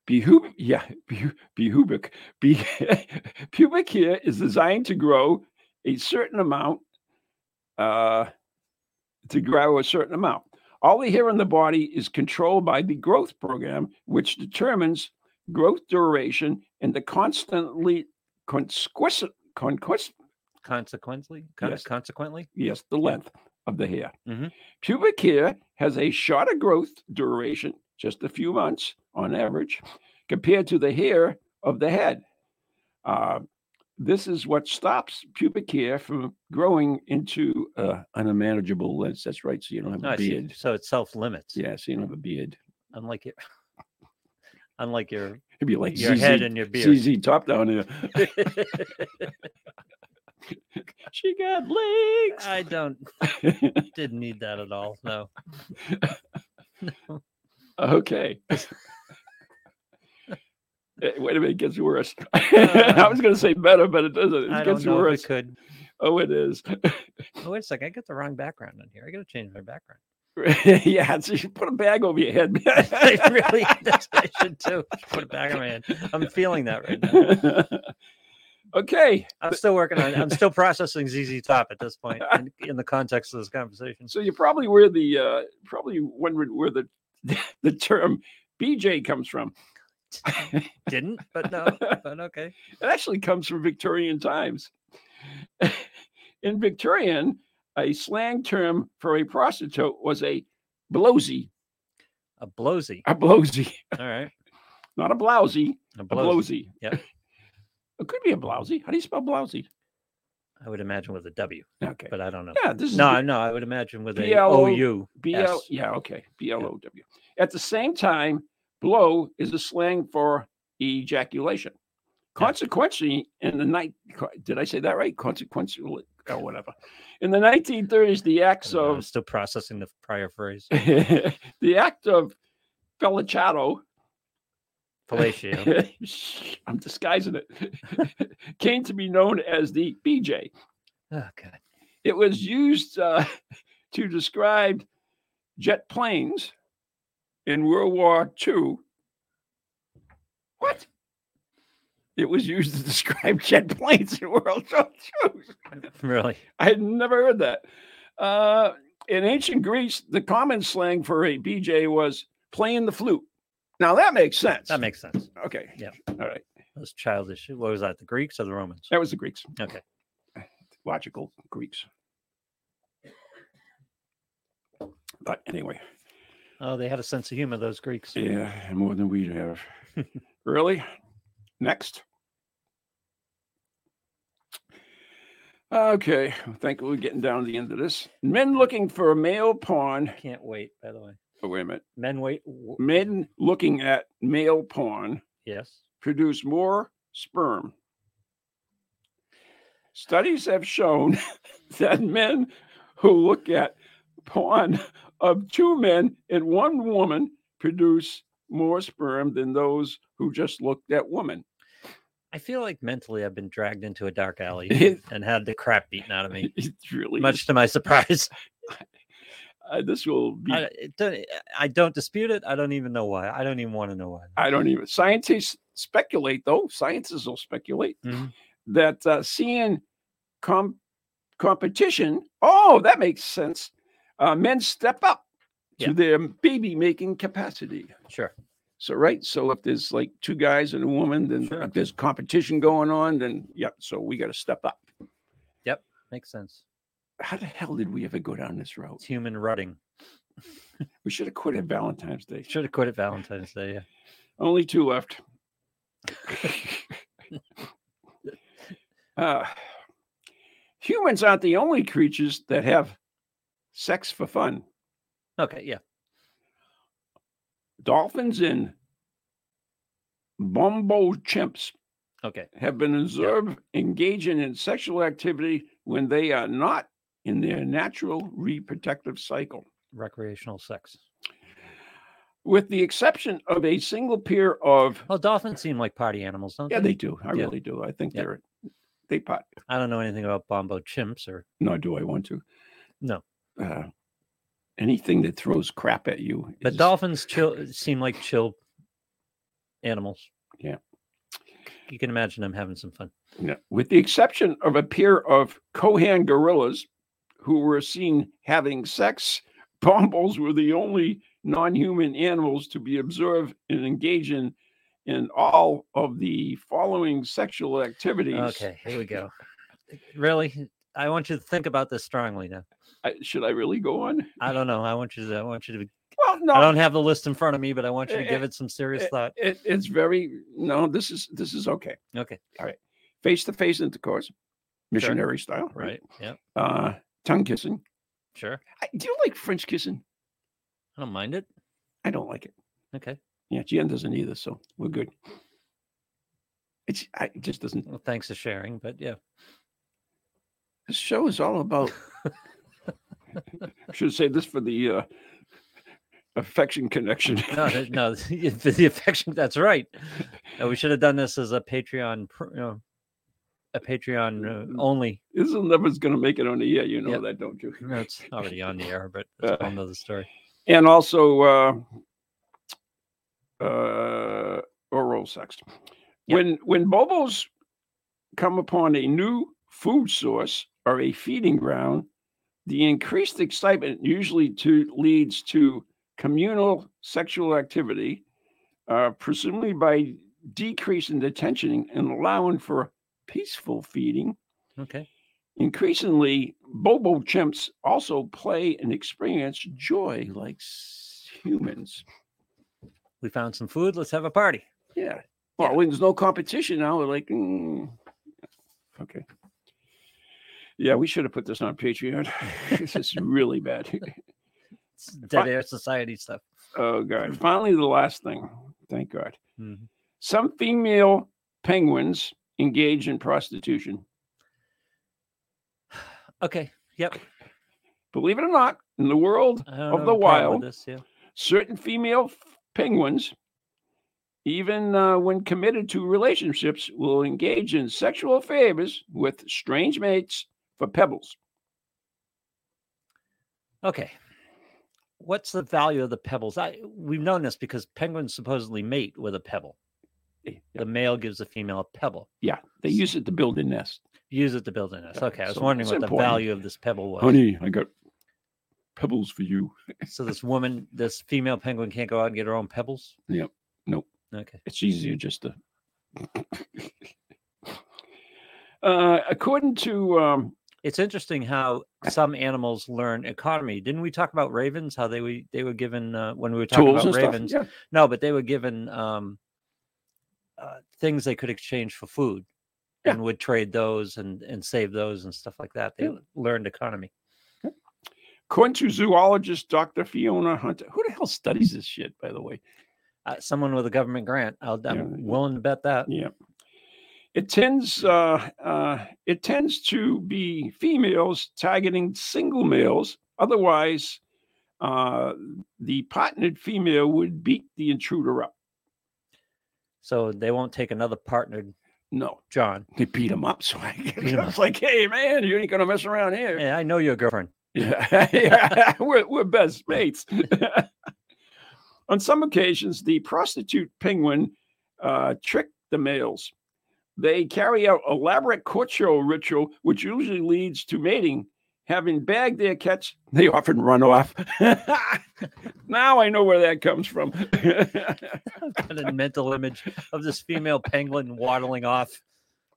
Speaker 2: Behub, yeah, behu- behubic. Be- pubic hair is designed to grow a certain amount, uh, to grow a certain amount. All the hair on the body is controlled by the growth program, which determines growth duration and the constantly consquis- conquist,
Speaker 1: Consequently, con-
Speaker 2: Yes.
Speaker 1: consequently,
Speaker 2: yes, the length of the hair.
Speaker 1: Mhm.
Speaker 2: Pubic hair has a shorter growth duration, just a few months on average, compared to the hair of the head. Uh, this is what stops pubic hair from growing into uh, an unmanageable length. That's right. So you don't have a
Speaker 1: Oh, I see.
Speaker 2: beard.
Speaker 1: so it self limits.
Speaker 2: Yeah, so you don't have a beard.
Speaker 1: unlike it, unlike your
Speaker 2: It'd be like
Speaker 1: your
Speaker 2: ZZ,
Speaker 1: head and your beard.
Speaker 2: ZZ top down here. she got legs.
Speaker 1: I don't didn't need that at all. No,
Speaker 2: Okay. Eh, Wait a minute, it gets worse. I was going to say better, but it doesn't.
Speaker 1: Uh, I
Speaker 2: It
Speaker 1: don't
Speaker 2: gets
Speaker 1: know if
Speaker 2: worse.
Speaker 1: it could.
Speaker 2: Oh, it is.
Speaker 1: Oh, wait a second, I got the wrong background on here. I got to change my background.
Speaker 2: yeah, so you put a bag over your head.
Speaker 1: I really, that's what I should do. Put it back on my head. I'm feeling that right now.
Speaker 2: okay,
Speaker 1: I'm still working on. I'm still processing ZZ Top at this point in, in the context of this conversation.
Speaker 2: so you probably where the uh, probably wondered where the the term BJ comes from.
Speaker 1: Didn't, but no, but okay.
Speaker 2: It actually comes from Victorian times. In Victorian, a slang term for a prostitute was a blowsy,
Speaker 1: A blowsy.
Speaker 2: a blowsy,
Speaker 1: All right.
Speaker 2: not a blousy,
Speaker 1: A
Speaker 2: a
Speaker 1: blowsy.
Speaker 2: blowsy.
Speaker 1: Yep.
Speaker 2: It could be a blousy. How do you spell blousy?
Speaker 1: I would imagine with a W,
Speaker 2: Okay.
Speaker 1: but I don't know.
Speaker 2: Yeah, this is
Speaker 1: No, I- no, I would imagine with a
Speaker 2: BLO.
Speaker 1: O U. uh,
Speaker 2: B L.
Speaker 1: S.
Speaker 2: Yeah, okay. B L O W. At the same time, blow is a slang for ejaculation. Consequently, in the night, did I say that right? Consequentially, or whatever. In the 1930s, the acts
Speaker 1: So
Speaker 2: of
Speaker 1: I'm still processing the prior phrase.
Speaker 2: the act of Felicato,
Speaker 1: Fellatio.
Speaker 2: I'm disguising it, came to be known as the BJ.
Speaker 1: Oh God.
Speaker 2: It was used uh, to describe jet planes in World War II. What? It was used to describe jet planes in World War II.
Speaker 1: Really?
Speaker 2: I had never heard that. Uh, in ancient Greece, the common slang for a BJ was playing the flute. Now that makes sense.
Speaker 1: That makes sense.
Speaker 2: okay.
Speaker 1: Yeah.
Speaker 2: All right.
Speaker 1: Those childish. What was that? The Greeks or the Romans?
Speaker 2: That was the Greeks.
Speaker 1: Okay.
Speaker 2: Logical Greeks. But anyway,
Speaker 1: Oh, they had a sense of humor, those Greeks.
Speaker 2: yeah, more than we have. really? Next. Okay, I think we're getting down to the end of this. Men looking for a male pawn.
Speaker 1: Can't wait, by the way.
Speaker 2: Oh, wait a minute.
Speaker 1: Men wait. w-
Speaker 2: men looking at male porn
Speaker 1: Yes.
Speaker 2: produce more sperm. Studies have shown that men who look at porn of two men and one woman produce more sperm than those who just looked at women.
Speaker 1: I feel like mentally I've been dragged into a dark alley
Speaker 2: It-
Speaker 1: and had the crap beaten out of me,
Speaker 2: It really
Speaker 1: much to my surprise.
Speaker 2: uh, this will be
Speaker 1: I, it don't, eh, I don't dispute it. I don't even know why. I don't even want to know why.
Speaker 2: I don't even. Scientists speculate, though. Scientists will speculate
Speaker 1: Mhm.
Speaker 2: that uh, seeing com- competition. Oh, that makes sense. Uh, men step up
Speaker 1: Yeah.
Speaker 2: to their baby making capacity.
Speaker 1: Sure.
Speaker 2: So right. So if there's like two guys and a woman, then
Speaker 1: Sure.
Speaker 2: if there's competition going on, then yep. So we got to step up.
Speaker 1: Makes sense.
Speaker 2: How the hell did we ever go down this road?
Speaker 1: It's human rutting.
Speaker 2: We should have quit at Valentine's Day.
Speaker 1: Should have quit at Valentine's Day. Yeah.
Speaker 2: Only two left. uh, humans aren't the only creatures that have sex for fun.
Speaker 1: Okay. Yeah.
Speaker 2: Dolphins and bombo chimps
Speaker 1: Okay.
Speaker 2: have been observed engaging in sexual activity when they are not in their natural reproductive cycle.
Speaker 1: Recreational sex.
Speaker 2: With the exception of a single pair of
Speaker 1: Well, dolphins seem like party animals, don't
Speaker 2: yeah,
Speaker 1: Oh, they?
Speaker 2: they do. I
Speaker 1: Yeah.
Speaker 2: really do. I think
Speaker 1: Yeah.
Speaker 2: they're they pot.
Speaker 1: I don't know anything about Bombo chimps or
Speaker 2: nor do I want to.
Speaker 1: No.
Speaker 2: Uh, anything that throws crap at you.
Speaker 1: But
Speaker 2: is-
Speaker 1: dolphins chill seem like chill animals.
Speaker 2: Yeah.
Speaker 1: You can imagine them having some fun.
Speaker 2: No. With the exception of a pair of Kohan gorillas who were seen having sex, Bombos were the only non human animals to be observed and engage in, in all of the following sexual activities.
Speaker 1: Okay, here we go. Really, I want you to think about this strongly now.
Speaker 2: I, should I really go on?
Speaker 1: I don't know. I want you to. I want you to.
Speaker 2: Well,
Speaker 1: I
Speaker 2: no.
Speaker 1: don't have the list in front of me, but I want you to
Speaker 2: Eh,
Speaker 1: give it some serious
Speaker 2: eh,
Speaker 1: thought.
Speaker 2: It, it's very, no, this is, this is okay.
Speaker 1: Okay,
Speaker 2: Face to face intercourse, missionary style,
Speaker 1: right. Yep.
Speaker 2: Uh, tongue kissing.
Speaker 1: Sure.
Speaker 2: I, do you like French kissing?
Speaker 1: I don't mind it.
Speaker 2: I don't like it.
Speaker 1: Okay.
Speaker 2: Yeah, Jen doesn't either, so we're good. It's I, it just doesn't.
Speaker 1: Well, thanks for sharing, but yeah.
Speaker 2: This show is all about. should say this for the uh, affection connection.
Speaker 1: No, th- no, the the affection. That's right. Uh, we should have done this as a Patreon, pr- you know, a
Speaker 2: Mm-hmm.
Speaker 1: Patreon uh, only.
Speaker 2: this is never's going to make it on the air. You know
Speaker 1: Yep.
Speaker 2: that, don't you?
Speaker 1: No, it's already on the air, but that's
Speaker 2: Uh,
Speaker 1: a whole nother story.
Speaker 2: And also, uh, uh, oral sex.
Speaker 1: Yep.
Speaker 2: When when bobos come upon a new food source or a feeding ground, the increased excitement usually to leads to communal sexual activity, uh, presumably by decreasing the tension and allowing for peaceful feeding.
Speaker 1: Okay.
Speaker 2: Increasingly, bobo chimps also play and experience joy like s- humans.
Speaker 1: We found some food. Let's have a party.
Speaker 2: Yeah. Well, when there's no competition now, we're like, mm, okay. Yeah, we should have put this on Patreon. this is really bad.
Speaker 1: It's dead
Speaker 2: Fi-
Speaker 1: air society stuff.
Speaker 2: Oh, God. Finally, the last thing. Thank God.
Speaker 1: Mhm.
Speaker 2: Some female penguins engage in prostitution.
Speaker 1: Okay. Yep.
Speaker 2: Believe it or not, in the world,
Speaker 1: I don't
Speaker 2: Of
Speaker 1: have
Speaker 2: the
Speaker 1: a problem
Speaker 2: wild.
Speaker 1: with This, yeah.
Speaker 2: certain female f- penguins, even uh, when committed to relationships, will engage in sexual favors with strange mates for pebbles.
Speaker 1: Okay. What's the value of the pebbles? I we've known this because penguins supposedly mate with a pebble.
Speaker 2: They-
Speaker 1: The male gives the female a pebble.
Speaker 2: Yeah, Eh, they use it to build a nest.
Speaker 1: Use it to build a nest.
Speaker 2: Yeah,
Speaker 1: Okay, I was
Speaker 2: so
Speaker 1: wondering
Speaker 2: it's
Speaker 1: what the
Speaker 2: important.
Speaker 1: value of this pebble was.
Speaker 2: Honey, I got pebbles for you.
Speaker 1: So this woman, this female penguin, can't go out and get her own pebbles.
Speaker 2: Yep. Nope.
Speaker 1: Okay.
Speaker 2: It's easier just to. uh, according to um,
Speaker 1: It's interesting how some animals learn economy. Didn't we talk about ravens? How they were they were given uh, when we were talking
Speaker 2: tools and
Speaker 1: about ravens?
Speaker 2: stuff,
Speaker 1: No, but they were given um, uh, things they could exchange for food,
Speaker 2: Yeah.
Speaker 1: and would trade those and and save those and stuff like that. They
Speaker 2: Yeah.
Speaker 1: learned economy.
Speaker 2: according to zoologist Dr. Fiona Hunter, who the hell studies this shit, by the way?
Speaker 1: Uh, someone with a government grant, I'll, I'm
Speaker 2: Yeah.
Speaker 1: willing to bet that.
Speaker 2: Yeah. It tends uh, uh, it tends to be females targeting single males. Otherwise, uh, the partnered female would beat the intruder up.
Speaker 1: So they won't take another partnered
Speaker 2: No,
Speaker 1: John.
Speaker 2: they beat him up. So I,
Speaker 1: Beat 'em
Speaker 2: I was like, "Hey, man, you ain't gonna mess around here."
Speaker 1: Hey, I know your girlfriend.
Speaker 2: Yeah, yeah, we're, we're best mates. On some occasions, the prostitute penguin uh, tricked the males. They carry out elaborate courtship ritual, which usually leads to mating. Having bagged their catch, they often run off. now I know where that comes from.
Speaker 1: Got a mental image of this female penguin waddling off.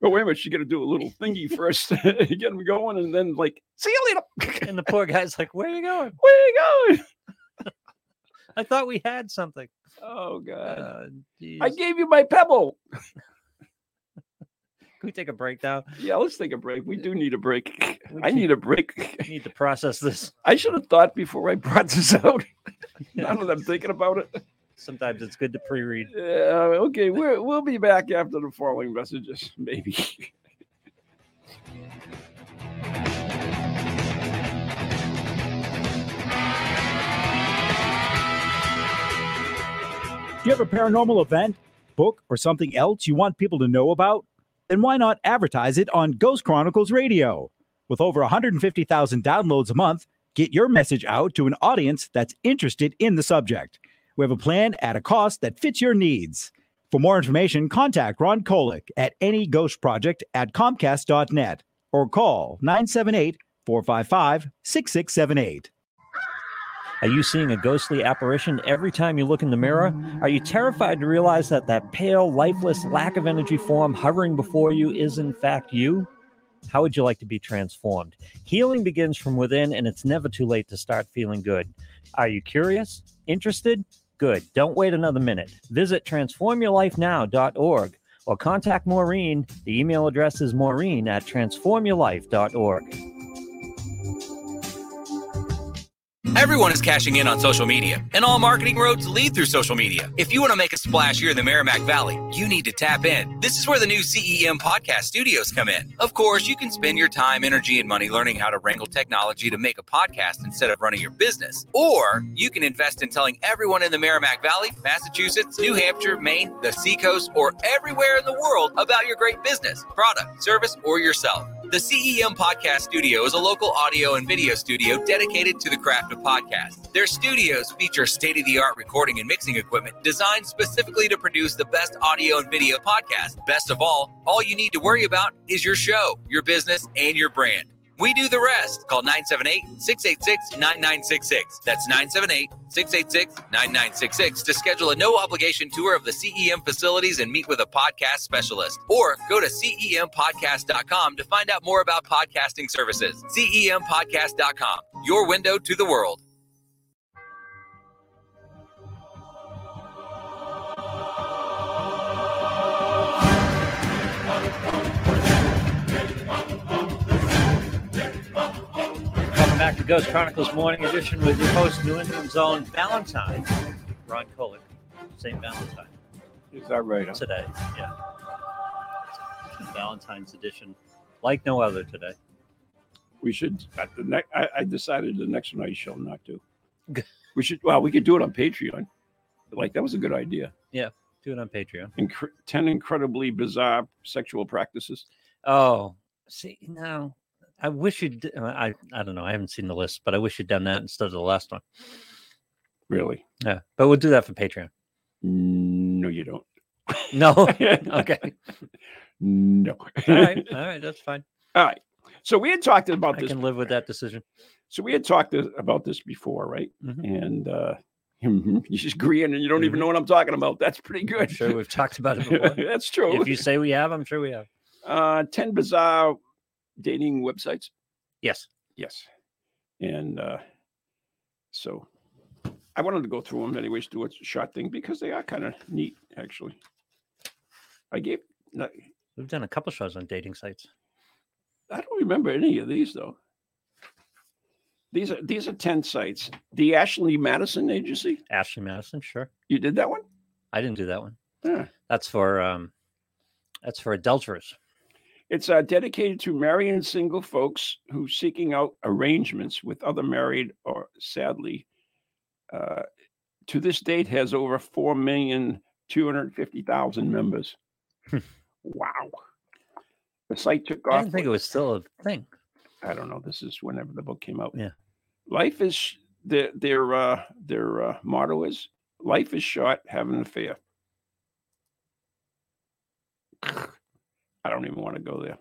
Speaker 2: but wait a minute, you got to do a little thingy first, get them going, and then like, see you later.
Speaker 1: And the poor guy's like, Where are you going?
Speaker 2: where you going?
Speaker 1: I thought we had something.
Speaker 2: Oh God.
Speaker 1: Uh,
Speaker 2: I
Speaker 1: geez.
Speaker 2: gave you my pebble.
Speaker 1: Can we take a break now?
Speaker 2: Yeah, let's take a break. We do need a break.
Speaker 1: We
Speaker 2: I
Speaker 1: keep-
Speaker 2: need a
Speaker 1: We
Speaker 2: break.
Speaker 1: need to process this.
Speaker 2: I should have thought before I brought this out. now that I'm thinking about it.
Speaker 1: Sometimes it's good to pre read.
Speaker 2: Uh, okay, we're, we'll be back after the following messages, maybe.
Speaker 3: Do you have a paranormal event, book, or something else you want people to know about? Then why not advertise it on Ghost Chronicles Radio? With over 150,000 downloads a month, get your message out to an audience that's interested in the subject. We have a plan at a cost that fits your needs. For more information, contact Ron Kolick at any ghost project at comcast.net or call 978 455 6678.
Speaker 1: Are you seeing a ghostly apparition every time you look in the mirror? Are you terrified to realize that that pale, lifeless, lack of energy form hovering before you is in fact you? How would you like to be transformed? Healing begins from within, and it's never too late to start feeling good. Are you curious? Interested? Good. Don't wait another minute. Visit transformyourlifenow.org or contact Maureen. The email address is maureen at transformyourlife.org.
Speaker 4: Everyone is cashing in on social media, and all marketing roads lead through social media. If you want to make a splash here in the Merrimack Valley, you need to tap in. This is where the new CEM podcast studios come in. Of course, you can spend your time, energy, and money learning how to wrangle technology to make a podcast instead of running your business. Or you can invest in telling everyone in the Merrimack Valley, Massachusetts, New Hampshire, Maine, the Seacoast, or everywhere in the world about your great business, product, service, or yourself. The CEM Podcast Studio is a local audio and video studio dedicated to the craft of podcasts. Their studios feature state of the art recording and mixing equipment designed specifically to produce the best audio and video podcasts. Best of all, all you need to worry about is your show, your business, and your brand. We do the rest. Call 978 686 9966. That's 978 686 9966 to schedule a no obligation tour of the CEM facilities and meet with a podcast specialist. Or go to E CEMPodcast.com to find out more about podcasting services. E CEMPodcast.com, your window to the world.
Speaker 1: Welcome back to Ghost Chronicles Morning Edition with your host, New England's own Valentine, Ron Kolick, St. Valentine,
Speaker 2: Is that right? huh?
Speaker 1: today. Yeah. It's a Valentine's edition, like no other today.
Speaker 2: We should at the next. I, I decided the next one I shall not do. We should. Well, we could do it on Patreon. Like that was a good idea.
Speaker 1: Do it on Patreon.
Speaker 2: Incre- Ten incredibly bizarre sexual practices.
Speaker 1: Oh, see, no. I wish you'd, d- I, I don't know. I haven't seen the list, but I wish you'd done that instead of the last one.
Speaker 2: Really?
Speaker 1: Yeah. But we'll do that for Patreon.
Speaker 2: No, you don't.
Speaker 1: No. okay.
Speaker 2: No.
Speaker 1: All right. All right. That's fine.
Speaker 2: All right. So we had talked about
Speaker 1: I
Speaker 2: this.
Speaker 1: can live with that decision.
Speaker 2: So we had talked this, about this before, right?
Speaker 1: Mhm.
Speaker 2: And uh, you just grin and you don't
Speaker 1: Mm-hmm.
Speaker 2: even know what I'm talking about. That's pretty
Speaker 1: I'm
Speaker 2: good.
Speaker 1: sure we've talked about it before.
Speaker 2: That's true.
Speaker 1: if you say we have, I'm sure we have.
Speaker 2: uh, 10 bizarre dating websites.
Speaker 1: Yes.
Speaker 2: Yes. And uh, so I wanted to go through them anyways, do a short thing because they are kind of neat, actually. I gave, I
Speaker 1: We've done a couple shows on dating sites.
Speaker 2: I don't remember any of these though. These are these are 10 sites. The Ashley Madison Agency,
Speaker 1: Ashley Madison, sure.
Speaker 2: you did that one?
Speaker 1: I didn't do that one.
Speaker 2: Yeah.
Speaker 1: That's for um that's for adulterers.
Speaker 2: It's uh, dedicated to married and single folks who seeking out arrangements with other married or sadly, uh, to this date has over four million two hundred fifty thousand members. wow. The site took
Speaker 1: Hmm. I
Speaker 2: off.
Speaker 1: didn't think it was still a thing.
Speaker 2: I don't know. This is whenever the book came out.
Speaker 1: Yeah.
Speaker 2: Life is sh- their their uh, their uh, motto is life is short. Have an affair. I don't even want to go there.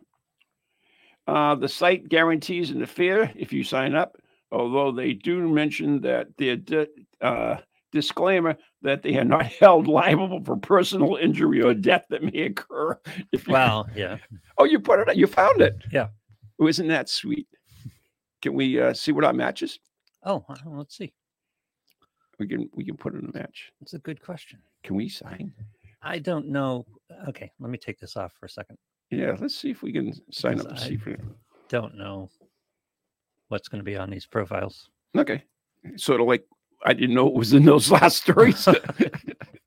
Speaker 2: Uh, the site guarantees an affair if you sign up, although they do mention that their di- uh, disclaimer that they are not held liable for personal injury or death that may occur if you
Speaker 1: Well, yeah.
Speaker 2: Oh, you put it. You found it.
Speaker 1: Yeah.
Speaker 2: Oh, isn't that sweet? Can we uh, see what our match is?
Speaker 1: Oh, I don't- let's see.
Speaker 2: We can. We can put in a match.
Speaker 1: That's a good question.
Speaker 2: Can we sign?
Speaker 1: I don't know. Okay, let me take this off for a second.
Speaker 2: Yeah. Let's see if we can sign up. and
Speaker 1: Sign.
Speaker 2: See for.
Speaker 1: Don't know what's going to be on these profiles.
Speaker 2: Okay. Sort of like I didn't know it was in those last stories.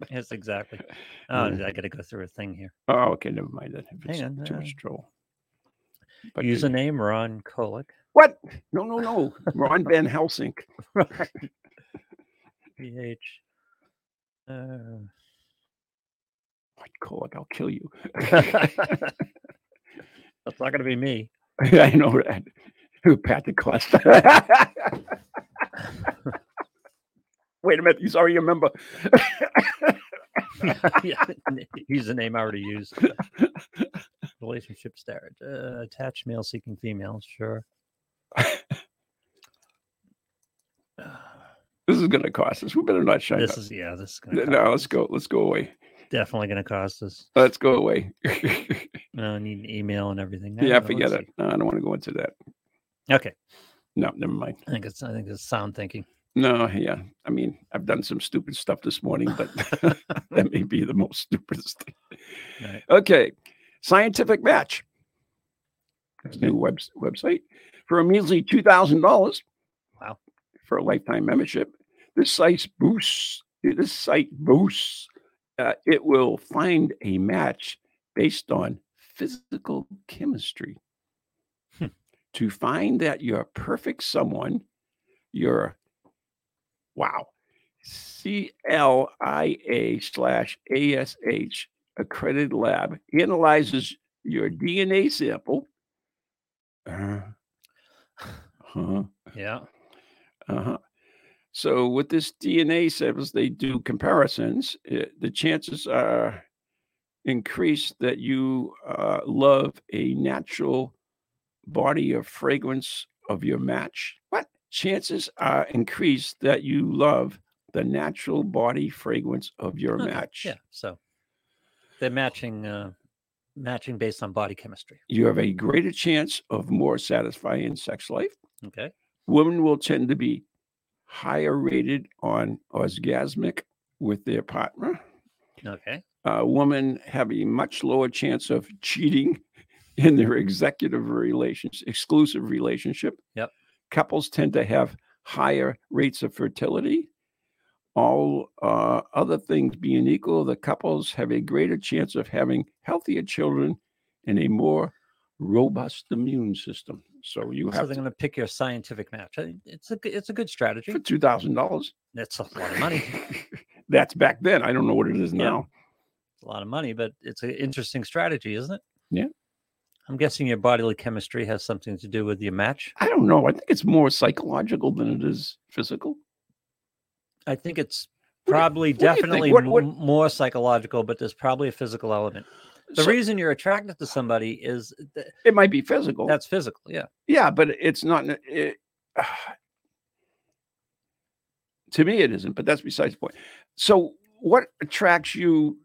Speaker 1: Yes, exactly. Oh,
Speaker 2: Yeah.
Speaker 1: I got to go through a thing here.
Speaker 2: oh, okay. Never mind that. If
Speaker 1: Hang
Speaker 2: it's
Speaker 1: on,
Speaker 2: too
Speaker 1: uh,
Speaker 2: much troll. But the-
Speaker 1: Username Ron Kolick.
Speaker 2: what? No, no, no. Ron Van Helsing.
Speaker 1: PH. Uh,
Speaker 2: What Kolak? I'll kill you.
Speaker 1: that's not going to be me.
Speaker 2: I know that. Pat the cost. Wait a minute, he's already a member.
Speaker 1: Yeah, Use the name I already used. Relationship status. Uh, attached male seeking female. Sure.
Speaker 2: This is going to cost us. We better not shine
Speaker 1: this
Speaker 2: up.
Speaker 1: is yeah. This is gonna cost
Speaker 2: No,
Speaker 1: us.
Speaker 2: let's go. Let's go away.
Speaker 1: definitely going to cost us.
Speaker 2: Let's go away.
Speaker 1: No, I need an email and everything. I
Speaker 2: yeah,
Speaker 1: don't know,
Speaker 2: forget
Speaker 1: let's
Speaker 2: it. No, I don't want to go into that.
Speaker 1: see. Okay,
Speaker 2: No, never mind.
Speaker 1: I think it's I think it's sound thinking.
Speaker 2: No, yeah. I mean, I've done some stupid stuff this morning, but that may be the most stupidest thing.
Speaker 1: Right.
Speaker 2: Okay. Scientific Match. It's a new web- website for a measly $2,000.
Speaker 1: Wow.
Speaker 2: For a lifetime membership. This site boosts, this site boosts, uh, it will find a match based on physical chemistry.
Speaker 1: Hmm.
Speaker 2: To find that you're perfect someone, you're wow. C L I A slash A S H accredited lab analyzes your DNA sample. Uh, huh.
Speaker 1: Yeah.
Speaker 2: Uh-huh. So with this DNA samples, they do comparisons. Uh, the chances are increased that you uh, love a natural body of fragrance of your match. What? Chances are increased that you love the natural body fragrance of your
Speaker 1: okay,
Speaker 2: match.
Speaker 1: Yeah. So they're matching uh matching based on body chemistry.
Speaker 2: You have a greater chance of more satisfying sex life.
Speaker 1: Okay.
Speaker 2: women will tend to be higher rated on orgasmic with their partner.
Speaker 1: Okay.
Speaker 2: Uh, women have a much lower chance of cheating in their executive relations, exclusive relationship.
Speaker 1: Yep.
Speaker 2: Couples tend to have higher rates of fertility. All uh, other things being equal, the couples have a greater chance of having healthier children and a more robust immune system. So you
Speaker 1: So
Speaker 2: have
Speaker 1: they're
Speaker 2: to,
Speaker 1: going to pick your scientific match. I- It's a g- it's a good strategy.
Speaker 2: for two thousand dollars.
Speaker 1: That's a lot of money.
Speaker 2: That's back then. I don't know what it is
Speaker 1: Yeah.
Speaker 2: now.
Speaker 1: It's a lot of money, but it's an interesting strategy, isn't it?
Speaker 2: Yeah.
Speaker 1: I'm guessing your bodily chemistry has something to do with your match.
Speaker 2: I don't know. I think it's more psychological than it is physical.
Speaker 1: I think it's
Speaker 2: What do you-
Speaker 1: probably
Speaker 2: what do you think?
Speaker 1: definitely
Speaker 2: What- what-
Speaker 1: m- more psychological, but there's probably a physical element. The
Speaker 2: So-
Speaker 1: reason you're attracted to somebody is th-
Speaker 2: It might be physical.
Speaker 1: that's physical. Yeah.
Speaker 2: yeah, but it's not. n- It, to me, it isn't. But that's besides the point. So, what attracts you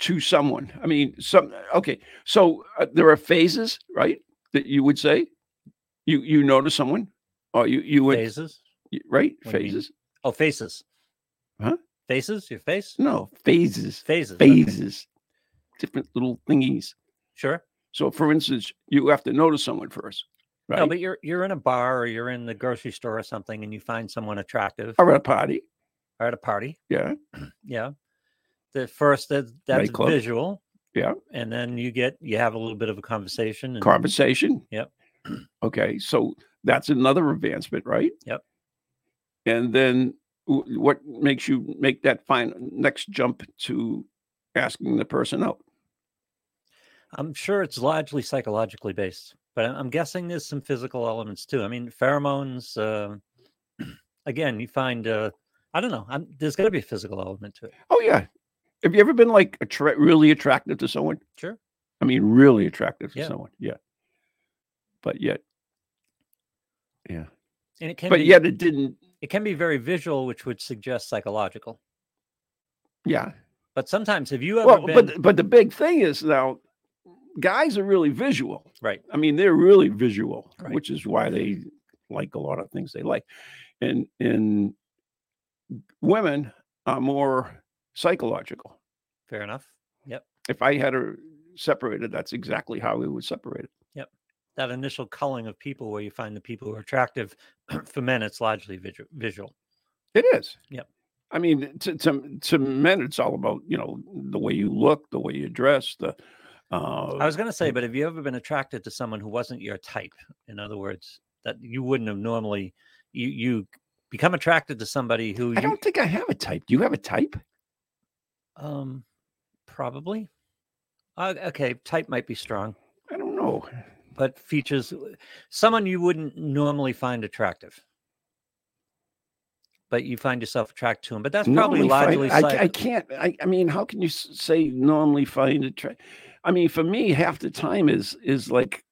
Speaker 2: to someone? I mean, some. Okay, so uh, there are phases, right? That you would say you you notice someone, or you you would
Speaker 1: Phases.
Speaker 2: y- right
Speaker 1: What do you mean?
Speaker 2: phases.
Speaker 1: Oh, faces.
Speaker 2: Huh?
Speaker 1: Faces. Your face.
Speaker 2: No phases.
Speaker 1: Phases. okay,
Speaker 2: phases, different little thingies.
Speaker 1: Sure.
Speaker 2: So, for instance, you have to notice someone first, right?
Speaker 1: No, but you're you're in a bar or you're in the grocery store or something, and you find someone attractive
Speaker 2: or at a party,
Speaker 1: or at a party.
Speaker 2: yeah,
Speaker 1: Yeah. The first that that's
Speaker 2: Nightclub.
Speaker 1: visual.
Speaker 2: Yeah.
Speaker 1: And then you get you have a little bit of a conversation. And,
Speaker 2: conversation.
Speaker 1: Mm-hmm. Yep.
Speaker 2: Okay, so that's another advancement, right?
Speaker 1: Yep.
Speaker 2: And then, w- what makes you make that fine next jump to asking the person out?
Speaker 1: I'm sure it's largely psychologically based, but I- I'm guessing there's some physical elements too. I mean, pheromones. Uh, again, you find uh, I don't know. I'm, there's got to be a physical element to it.
Speaker 2: Oh yeah. Have you ever been like attra- really attractive to someone?
Speaker 1: Sure.
Speaker 2: I mean, really attractive to
Speaker 1: Yeah.
Speaker 2: someone. Yeah. But yet, yeah.
Speaker 1: And it can
Speaker 2: but
Speaker 1: be,
Speaker 2: yet, it didn't.
Speaker 1: it can be very visual, which would suggest psychological.
Speaker 2: Yeah.
Speaker 1: But sometimes, have you ever
Speaker 2: well,
Speaker 1: been?
Speaker 2: but th- but the big thing is now, guys are really visual.
Speaker 1: Right.
Speaker 2: I mean, they're really visual,
Speaker 1: Right.
Speaker 2: which is why they like a lot of things they like, and and women are more psychological.
Speaker 1: Fair enough.
Speaker 2: If I had her separated, that's exactly how we would separate it.
Speaker 1: That initial culling of people, where you find the people who are attractive, for men, it's largely visu- visual.
Speaker 2: It is.
Speaker 1: Yep.
Speaker 2: I mean, to, to to men, it's all about you know the way you look, the way you dress, the. Uh,
Speaker 1: I was going to say, but have you ever been attracted to someone who wasn't your type? In other words, that you wouldn't have normally you you become attracted to somebody who
Speaker 2: I
Speaker 1: you
Speaker 2: don't think I have a type. Do you have a type?
Speaker 1: um probably uh, okay type might be strong,
Speaker 2: I don't know.
Speaker 1: but uh, features someone you wouldn't normally find attractive. but you find yourself attracted to him. But that's probably
Speaker 2: Normally find-
Speaker 1: largely.
Speaker 2: I, I can't. I, I mean, how can you s- say normally find a tra- I mean, for me, half the time is is like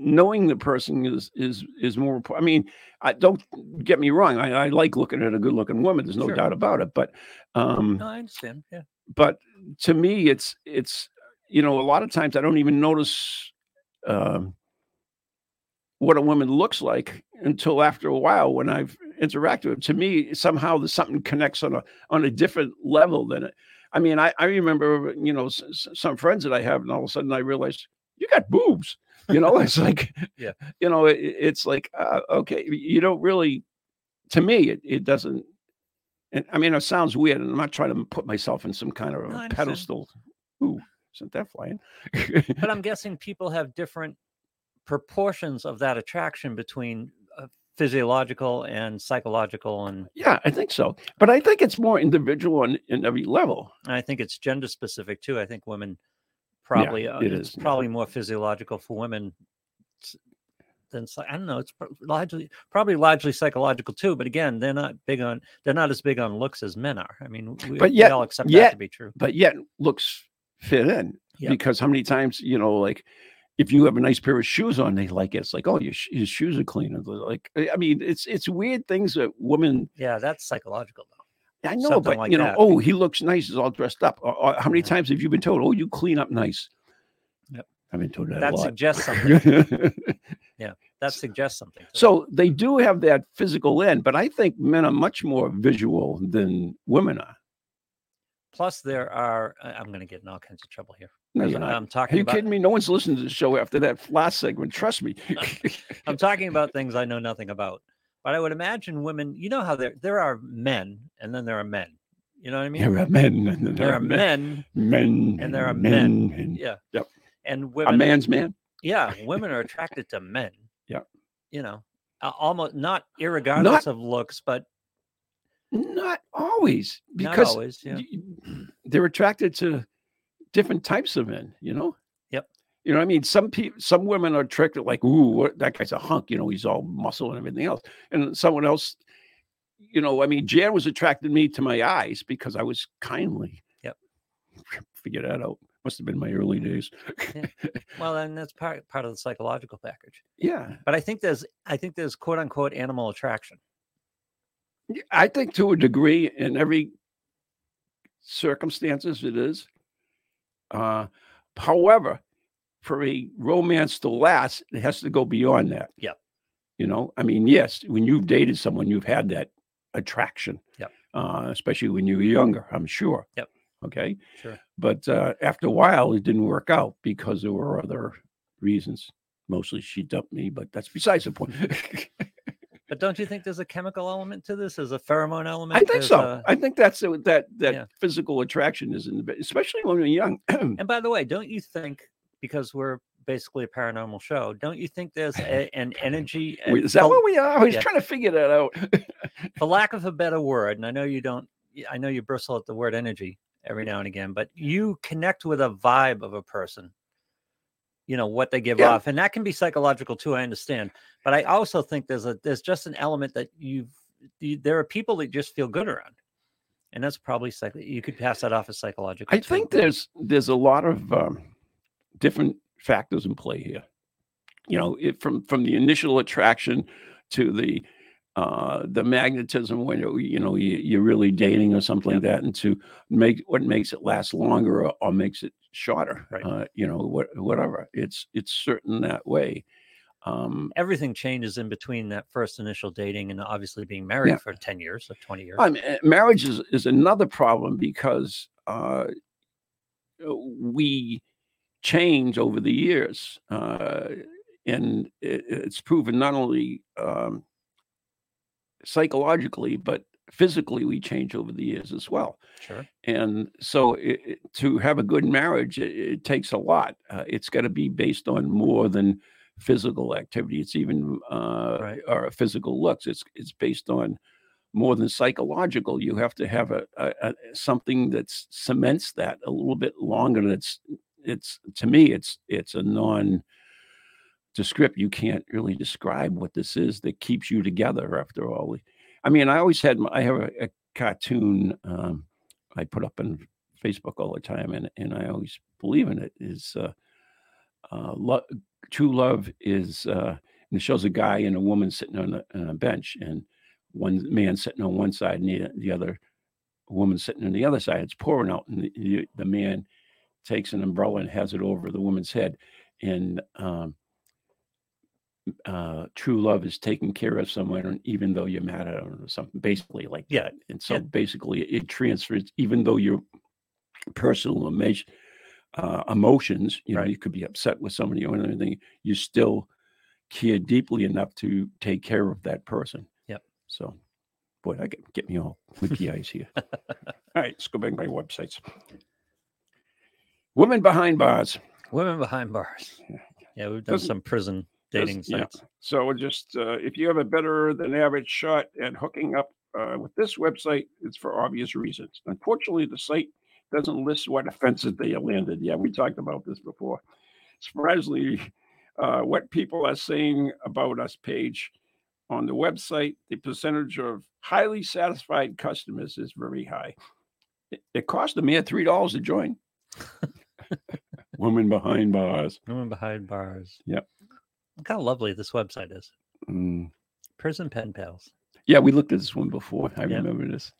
Speaker 2: knowing the person is is is more important. I mean, I don't get me wrong. I, I like looking at a good looking woman. There's no
Speaker 1: Sure.
Speaker 2: doubt about it. But um,
Speaker 1: no, I understand. Yeah.
Speaker 2: but to me it's it's you know a lot of times i don't even notice um, what a woman looks like until after a while when i've interacted with to me somehow there's something connects on a on a different level than it i mean i, I remember you know s- s- some friends that i have and all of a sudden i realized you got boobs you know it's like
Speaker 1: Yeah.
Speaker 2: you know it, it's like uh, okay you don't really to me it, it doesn't and I mean, it sounds weird, and I'm not trying to put myself in some kind of
Speaker 1: No, I
Speaker 2: a
Speaker 1: understand.
Speaker 2: pedestal. Ooh, isn't that flying?
Speaker 1: But I'm guessing people have different proportions of that attraction between uh, physiological and psychological, and
Speaker 2: yeah, I think so. But I think it's more individual in, in every level.
Speaker 1: I think it's gender specific too. I think women probably uh,
Speaker 2: it
Speaker 1: it's
Speaker 2: is, yeah.
Speaker 1: probably more physiological for women s- than psy- I don't know. It's pro- largely probably largely psychological too. But again, they're not big on they're not as big on looks as men are. I mean, we,
Speaker 2: But
Speaker 1: we
Speaker 2: yet-
Speaker 1: all accept that to
Speaker 2: yet-
Speaker 1: be true.
Speaker 2: But yet, looks fit in
Speaker 1: Yeah.
Speaker 2: because how many times you know, like, if you have a nice pair of shoes on, they like it. it's like, oh, your, sh- your shoes are clean. and they're Like, I I mean, it's it's weird things that women.
Speaker 1: Yeah, that's psychological though.
Speaker 2: I know,
Speaker 1: Something
Speaker 2: but
Speaker 1: like
Speaker 2: you know,
Speaker 1: that.
Speaker 2: oh, he looks nice. He's all dressed up. Or, or how many
Speaker 1: Yeah.
Speaker 2: times have you been told, oh, you clean up nice?
Speaker 1: Yep.
Speaker 2: I've been told that.
Speaker 1: That
Speaker 2: a lot.
Speaker 1: suggests something. That suggests something. to them.
Speaker 2: So they do have that physical end, but I think men are much more visual than women are.
Speaker 1: plus there are I- I'm going to get in all kinds of trouble here.
Speaker 2: No, you're not.
Speaker 1: I'm talking
Speaker 2: Are you
Speaker 1: about
Speaker 2: kidding me? No one's listening to the show after that last segment. Trust me.
Speaker 1: I'm talking about things I know nothing about. But I would imagine women, you know how there there are men and then there are men. You know what I mean?
Speaker 2: there are men. And then
Speaker 1: there are men,
Speaker 2: Men.
Speaker 1: and there are
Speaker 2: men. and
Speaker 1: yeah.
Speaker 2: Yep.
Speaker 1: And
Speaker 2: A
Speaker 1: women
Speaker 2: man's man.
Speaker 1: yeah, women are attracted to men.
Speaker 2: Yep.
Speaker 1: You know, a- almost not irregardless of looks, but
Speaker 2: Not always,
Speaker 1: not
Speaker 2: because
Speaker 1: always, yeah.
Speaker 2: y- they're attracted to different types of men. You know.
Speaker 1: Yep.
Speaker 2: You know, what I mean, some people, some women are attracted like, ooh, what, that guy's a hunk. You know, he's all muscle and everything else. And someone else, you know, I mean, Jan was attracted me to my eyes because I was kindly.
Speaker 1: Yep.
Speaker 2: Figure that out. Must have been my early days.
Speaker 1: Well, and that's part part of the psychological package.
Speaker 2: Yeah,
Speaker 1: But I think there's I think there's quote unquote animal attraction.
Speaker 2: Y- I think to a degree, in every circumstances, it is. Uh, however, for a romance to last, it has to go beyond that.
Speaker 1: Yep.
Speaker 2: You know, I mean, yes, when you've dated someone, you've had that attraction.
Speaker 1: Yep.
Speaker 2: Uh, especially when you were younger, I'm sure.
Speaker 1: Yep.
Speaker 2: Okay.
Speaker 1: Sure.
Speaker 2: But uh, after a while, it didn't work out because there were other reasons. Mostly she dumped me, but that's besides the point.
Speaker 1: But don't you think there's a chemical element to this? There's a pheromone element.
Speaker 2: I think
Speaker 1: There's
Speaker 2: so.
Speaker 1: a-
Speaker 2: I think that's the- that that
Speaker 1: uh, Yeah.
Speaker 2: physical attraction is in the bit, especially when we're young.
Speaker 1: And by the way, don't you think because we're basically a paranormal show, don't you think there's a, an energy? and
Speaker 2: Wait, is that
Speaker 1: for-
Speaker 2: what we are? I was
Speaker 1: yeah.
Speaker 2: trying to figure that out.
Speaker 1: for lack of a better word, and I know you don't, y- I know you bristle at the word energy every now and again, but you connect with a vibe of a person, you know, what they give
Speaker 2: Yeah.
Speaker 1: off. And that can be psychological too, I understand. But I also think there's a, there's just an element that you've, you, there are people that just feel good around. And that's probably psych, you could pass that off as psychological.
Speaker 2: I
Speaker 1: too.
Speaker 2: think there's there's a lot of um, different factors in play here. You know, it, from from the initial attraction to the uh, the magnetism when you you know you, you're really dating or something like that, and to make what makes it last longer or, or makes it shorter.
Speaker 1: Right.
Speaker 2: Uh, you know, what, whatever. It's it's certain that way. Um,
Speaker 1: everything changes in between that first initial dating and obviously being married for 10 years or 20 years.
Speaker 2: I mean, uh, marriage is, is another problem because uh, uh, we change over the years, uh, and it, it's proven not only um, psychologically but physically we change over the years as well
Speaker 1: sure.
Speaker 2: and so it, it- to have a good marriage it, it takes a lot uh, it's got to be based on more than physical activity it's even uh,
Speaker 1: Right.
Speaker 2: or physical looks it's it's based on more than psychological you have to have a, a, a something that cements that a little bit longer and it's it's to me it's it's a non to script, you can't really describe what this is that keeps you together after all. I mean, I always had, my, I have a, a cartoon um, I put up on Facebook all the time, and, and I always believe in it is uh, uh, lo- true love is, uh, and it shows a guy and a woman sitting on a, on a bench, and one man sitting on one side and the, the other woman sitting on the other side. It's pouring out, and the, the- the man takes an umbrella and has it over the woman's head. And um, uh, true love is taking care of someone, even though you're mad at them or something, basically like
Speaker 1: Yeah.
Speaker 2: that. And so
Speaker 1: Yeah.
Speaker 2: basically, it transfers, even though your personal emotion, uh, emotions, you
Speaker 1: Right.
Speaker 2: know, you could be upset with somebody or anything, you still care deeply enough to take care of that person.
Speaker 1: Yep.
Speaker 2: So, boy, I get, get me all wiki eyes here. all right, let's go back to my websites. Women behind bars.
Speaker 1: Women behind bars.
Speaker 2: Yeah.
Speaker 1: Yeah, we've done
Speaker 2: Doesn't-
Speaker 1: some prison dating
Speaker 2: Does- yeah.
Speaker 1: sites.
Speaker 2: So we'll just uh, if you have a better than average shot at hooking up uh, with this website, it's for obvious reasons. Unfortunately, the site doesn't list what offenses they have landed. Yeah, we talked about this before. Surprisingly, uh, what people are saying about us page on the website, the percentage of highly satisfied customers is very high. It, it cost a mere three dollars to join. Woman behind bars.
Speaker 1: Women behind bars.
Speaker 2: Yep.
Speaker 1: Look how lovely this website is.
Speaker 2: Mm.
Speaker 1: Prison pen pals.
Speaker 2: Yeah, we looked at this one before. I
Speaker 1: Yeah.
Speaker 2: remember this.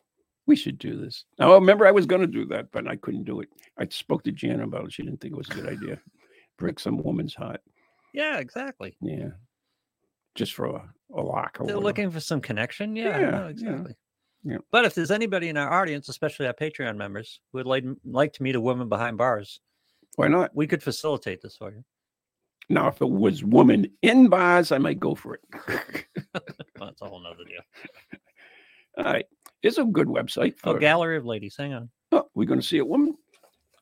Speaker 2: We should do this. Now, I remember I was going to do that, but I couldn't do it. I spoke to Jan about it. She didn't think it was a good idea. Break some woman's heart.
Speaker 1: Yeah, exactly.
Speaker 2: Yeah. Just for a, a lock. Or
Speaker 1: They're
Speaker 2: whatever.
Speaker 1: looking for some connection. Yeah,
Speaker 2: Oh, Yeah,
Speaker 1: no,
Speaker 2: yeah,
Speaker 1: exactly.
Speaker 2: yeah.
Speaker 1: But if there's anybody in our audience, especially our Patreon members, who would like, like to meet a woman behind bars,
Speaker 2: Why not?
Speaker 1: we could facilitate this for you.
Speaker 2: Now, if it was woman in bars, I might go for it.
Speaker 1: Well, that's a whole nother deal.
Speaker 2: All right. It's a good website.
Speaker 1: Oh,
Speaker 2: for-
Speaker 1: gallery of ladies. Hang on.
Speaker 2: Oh, we're going to see a woman.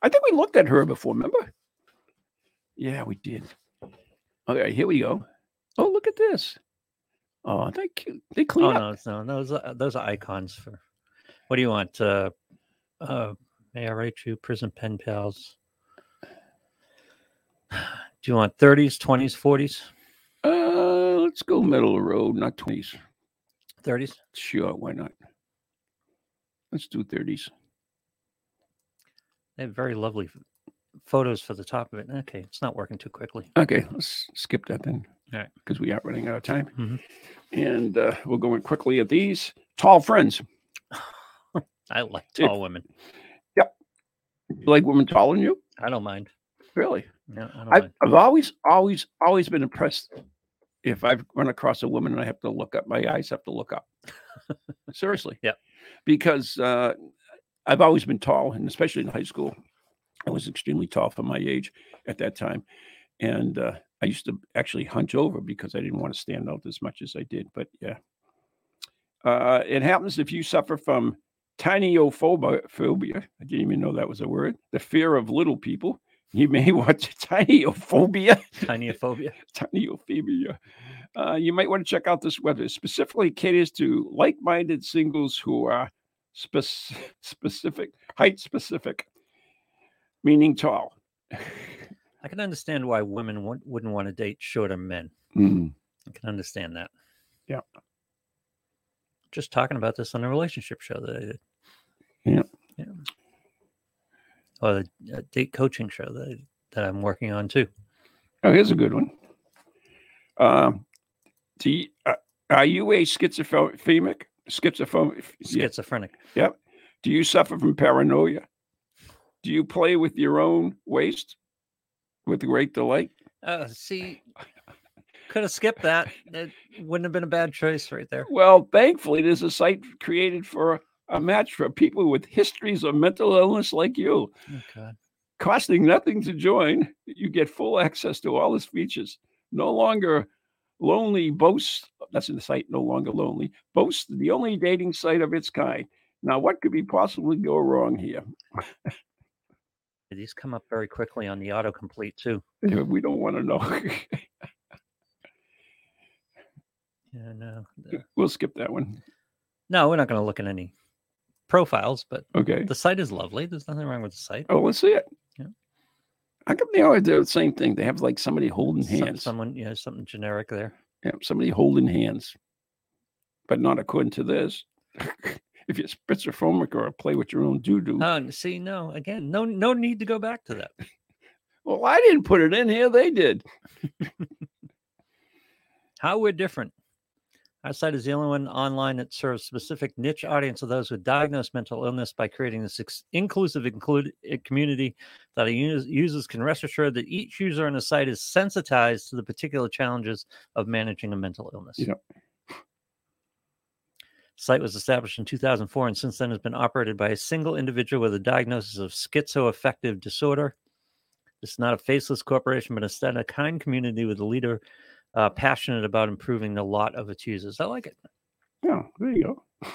Speaker 2: I think we looked at her before, remember? Yeah, we did. Okay, here we go. Oh, look at this. Oh, they cute. They clean
Speaker 1: Oh
Speaker 2: up.
Speaker 1: no, it's no. Those are, those are icons for. What do you want? Uh, uh, may I write you prison pen pals? Do you want 30s, 20s, 40s,
Speaker 2: Uh, let's go middle of the road, not twenties.
Speaker 1: 30s?
Speaker 2: Sure, why not? Let's do thirties.
Speaker 1: They have very lovely f- photos for the top of it. Okay, it's not working too quickly.
Speaker 2: Okay, let's skip that then.
Speaker 1: All right.
Speaker 2: because we are running out of time,
Speaker 1: Mhm.
Speaker 2: and uh, we'll go in quickly at these tall friends.
Speaker 1: I like
Speaker 2: If-
Speaker 1: tall women.
Speaker 2: You like women taller than you?
Speaker 1: I don't mind.
Speaker 2: Really?
Speaker 1: No, I don't
Speaker 2: I've,
Speaker 1: mind.
Speaker 2: I've always, always, always been impressed. If I've run across a woman and I have to look up, my eyes have to look up. Seriously.
Speaker 1: Yep.
Speaker 2: Because uh, I've always been tall, and especially in high school, I was extremely tall for my age at that time, and uh, I used to actually hunch over because I didn't want to stand out as much as I did. But yeah, uh, it happens if you suffer from tinyophobi- phobia. I didn't even know that was a word. The fear of little people. You may want to tinyophobia.
Speaker 1: Tinyophobia.
Speaker 2: Tinyophobia. Uh, you might want to check out this website. Specifically caters to like-minded singles who are spec- specific, height specific, meaning tall.
Speaker 1: I can understand why women would wouldn't want to date shorter men. I can understand that.
Speaker 2: Yeah.
Speaker 1: Just talking about this on a relationship show that I did.
Speaker 2: Yeah.
Speaker 1: Yeah. Or the uh, date coaching show that, I- that I'm working on too.
Speaker 2: Oh, here's a good one. Um, do you- uh, are you a schizophrenic? Schizophrenic? Yeah.
Speaker 1: Schizophrenic.
Speaker 2: Do you suffer from paranoia? Do you play with your own waste with great delight?
Speaker 1: Uh, see, could have skipped that. It wouldn't have been a bad choice right there.
Speaker 2: Well, thankfully, there's a site created for a match for people with histories of mental illness like you.
Speaker 1: Oh, God.
Speaker 2: Costing nothing to join, you get full access to all its features. No longer lonely boasts, that's in the site, no longer lonely, boasts the only dating site of its kind. Now, what could be possibly go wrong here?
Speaker 1: These come up very quickly on the autocomplete too.
Speaker 2: Yeah, Uh, We don't want to know.
Speaker 1: Yeah, no. the-
Speaker 2: we'll skip that one.
Speaker 1: No, we're not going to look at any profiles, but
Speaker 2: Okay.
Speaker 1: the site is lovely. There's nothing wrong with the site.
Speaker 2: Oh, let's see it.
Speaker 1: Yeah.
Speaker 2: How come they always do the same thing? They have like somebody holding
Speaker 1: Some-
Speaker 2: hands.
Speaker 1: someone, yeah, something generic there.
Speaker 2: Yeah, somebody holding hands, but not according to this. if you're schizophrenic or play with your own doo doo.
Speaker 1: Oh, and see, no, again, no, no need to go back to that.
Speaker 2: well, I didn't put it in here. They did.
Speaker 1: How we're different. Our site is the only one online that serves specific niche audience of those with diagnosed mental illness by creating this ex- inclusive include eh, community that our us- users can rest assured that each user on the site is sensitized to the particular challenges of managing a mental illness.
Speaker 2: Yep.
Speaker 1: Site was established in 2004 and since then has been operated by a single individual with a diagnosis of schizoaffective disorder. It's not a faceless corporation, but instead a kind community with a leader uh, passionate about improving the lot of its users. I like it.
Speaker 2: Yeah, Oh, there you go.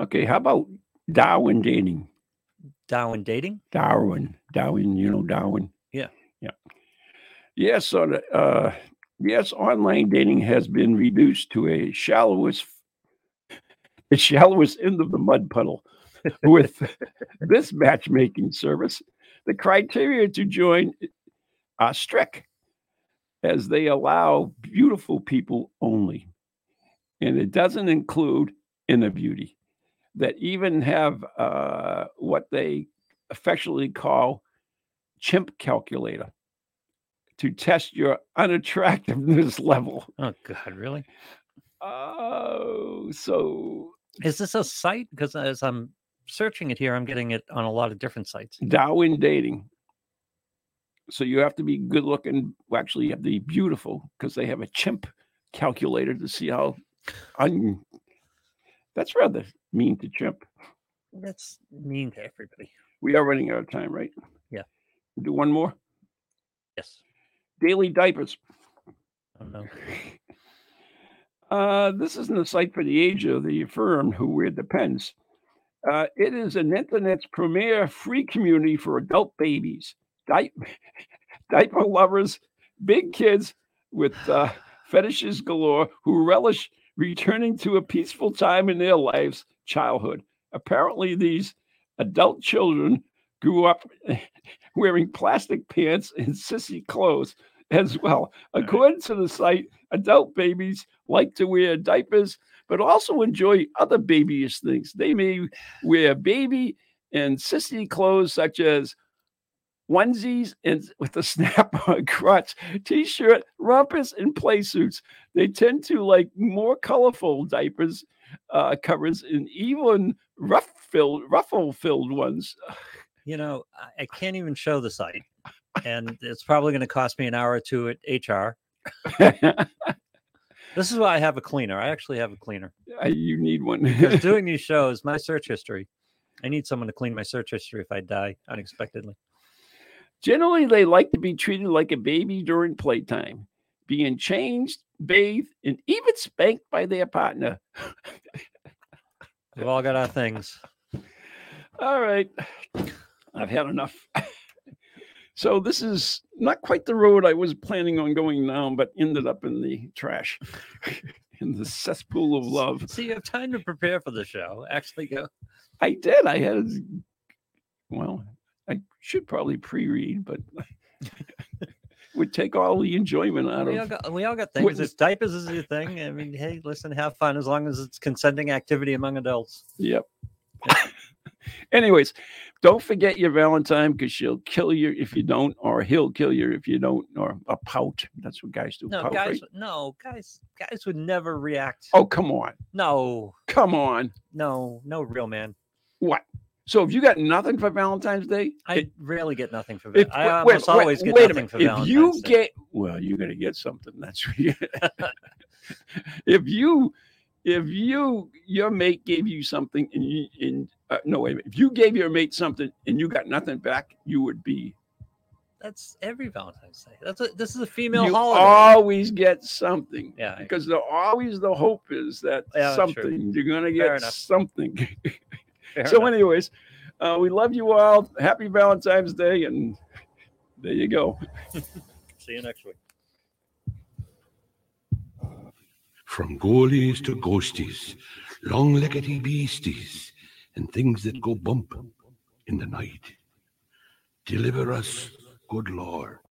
Speaker 2: Okay, how about Darwin dating?
Speaker 1: Darwin dating.
Speaker 2: Darwin, Darwin, you know Darwin.
Speaker 1: Yeah.
Speaker 2: yeah. Yes, so the, uh, yes, online dating has been reduced to a shallowest, the shallowest end of the mud puddle. With this matchmaking service, the criteria to join are strict, as they allow beautiful people only, and it doesn't include inner beauty that even have uh, what they affectionately call chimp calculator to test your unattractiveness level.
Speaker 1: Oh God, really?
Speaker 2: Oh, so
Speaker 1: Is this a site? Because as I'm searching it here, I'm getting it on a lot of different sites.
Speaker 2: Darwin dating. So you have to be good looking. Well, actually, you have to be beautiful because they have a chimp calculator to see how un. That's rather mean to chimp.
Speaker 1: That's mean to everybody.
Speaker 2: We are running out of time, right?
Speaker 1: Yeah.
Speaker 2: Do one more.
Speaker 1: Yes.
Speaker 2: Daily diapers.
Speaker 1: I don't know.
Speaker 2: Uh, this isn't a site for the age of the firm who wear the pens. Uh, it is an internet's premier free community for adult babies, di- diaper lovers, big kids with uh, fetishes galore who relish returning to a peaceful time in their lives, childhood. Apparently, these adult children grew up wearing plastic pants and sissy clothes as well. According to the site, adult babies like to wear diapers, but also enjoy other babyish things. They may wear baby and sissy clothes such as onesies and with a snap-on crotch, t-shirt, rompers, and play suits. They tend to like more colorful diapers uh, covers and even rough-filled, ruffle-filled ones.
Speaker 1: You know, I- I can't even show the site, and it's probably going to cost me an hour or two at HR. This is why I have a cleaner. I actually have a cleaner.
Speaker 2: Uh, you need one.
Speaker 1: 'Cause doing these shows, my search history. I need someone to clean my search history if I die unexpectedly.
Speaker 2: Generally, they like to be treated like a baby during playtime, being changed, bathed, and even spanked by their partner.
Speaker 1: We've all got our things.
Speaker 2: All right, I've had enough. so, this is not quite the road I was planning on going down, but ended up in the trash, in the cesspool of love.
Speaker 1: So you have time to prepare for the show. Actually, go.
Speaker 2: I did. I had, well, I should probably pre read, but would take all the enjoyment out
Speaker 1: We all
Speaker 2: of
Speaker 1: got, we all got things.
Speaker 2: Witness-
Speaker 1: If diapers is your thing, I mean, hey, listen, have fun as long as it's consenting activity among adults.
Speaker 2: Yep. Anyways, don't forget your Valentine because she'll kill you if you don't, or he'll kill you if you don't, or a pout. That's what guys do.
Speaker 1: No,
Speaker 2: pout,
Speaker 1: guys,
Speaker 2: right?
Speaker 1: no, guys, guys would never react.
Speaker 2: Oh, come on.
Speaker 1: No,
Speaker 2: Come on.
Speaker 1: no, no, real man.
Speaker 2: What? So if you got nothing for Valentine's Day,
Speaker 1: I
Speaker 2: it-
Speaker 1: rarely get nothing for.
Speaker 2: if-
Speaker 1: Val- I almost always get
Speaker 2: wait a
Speaker 1: nothing for
Speaker 2: minute.
Speaker 1: Valentine's.
Speaker 2: If you
Speaker 1: Day.
Speaker 2: get, well, you're gonna get something. That's what you if you, if you, your mate gave you something, and you, and uh, no wait, a minute. if you gave your mate something and you got nothing back, you would be
Speaker 1: that's every Valentine's Day. That's a, this is a female
Speaker 2: you
Speaker 1: holiday.
Speaker 2: always get something
Speaker 1: Yeah, I-
Speaker 2: because the always the hope is that
Speaker 1: Yeah, true.
Speaker 2: something you're gonna
Speaker 1: Fair
Speaker 2: get
Speaker 1: enough.
Speaker 2: something.
Speaker 1: Fair
Speaker 2: so,
Speaker 1: enough.
Speaker 2: anyways, uh, we love you all. Happy Valentine's Day, and there you go.
Speaker 1: see you next week.
Speaker 5: From goalies to ghosties, long leggedy beasties, and things that go bump in the night.
Speaker 6: Deliver us, good Lord.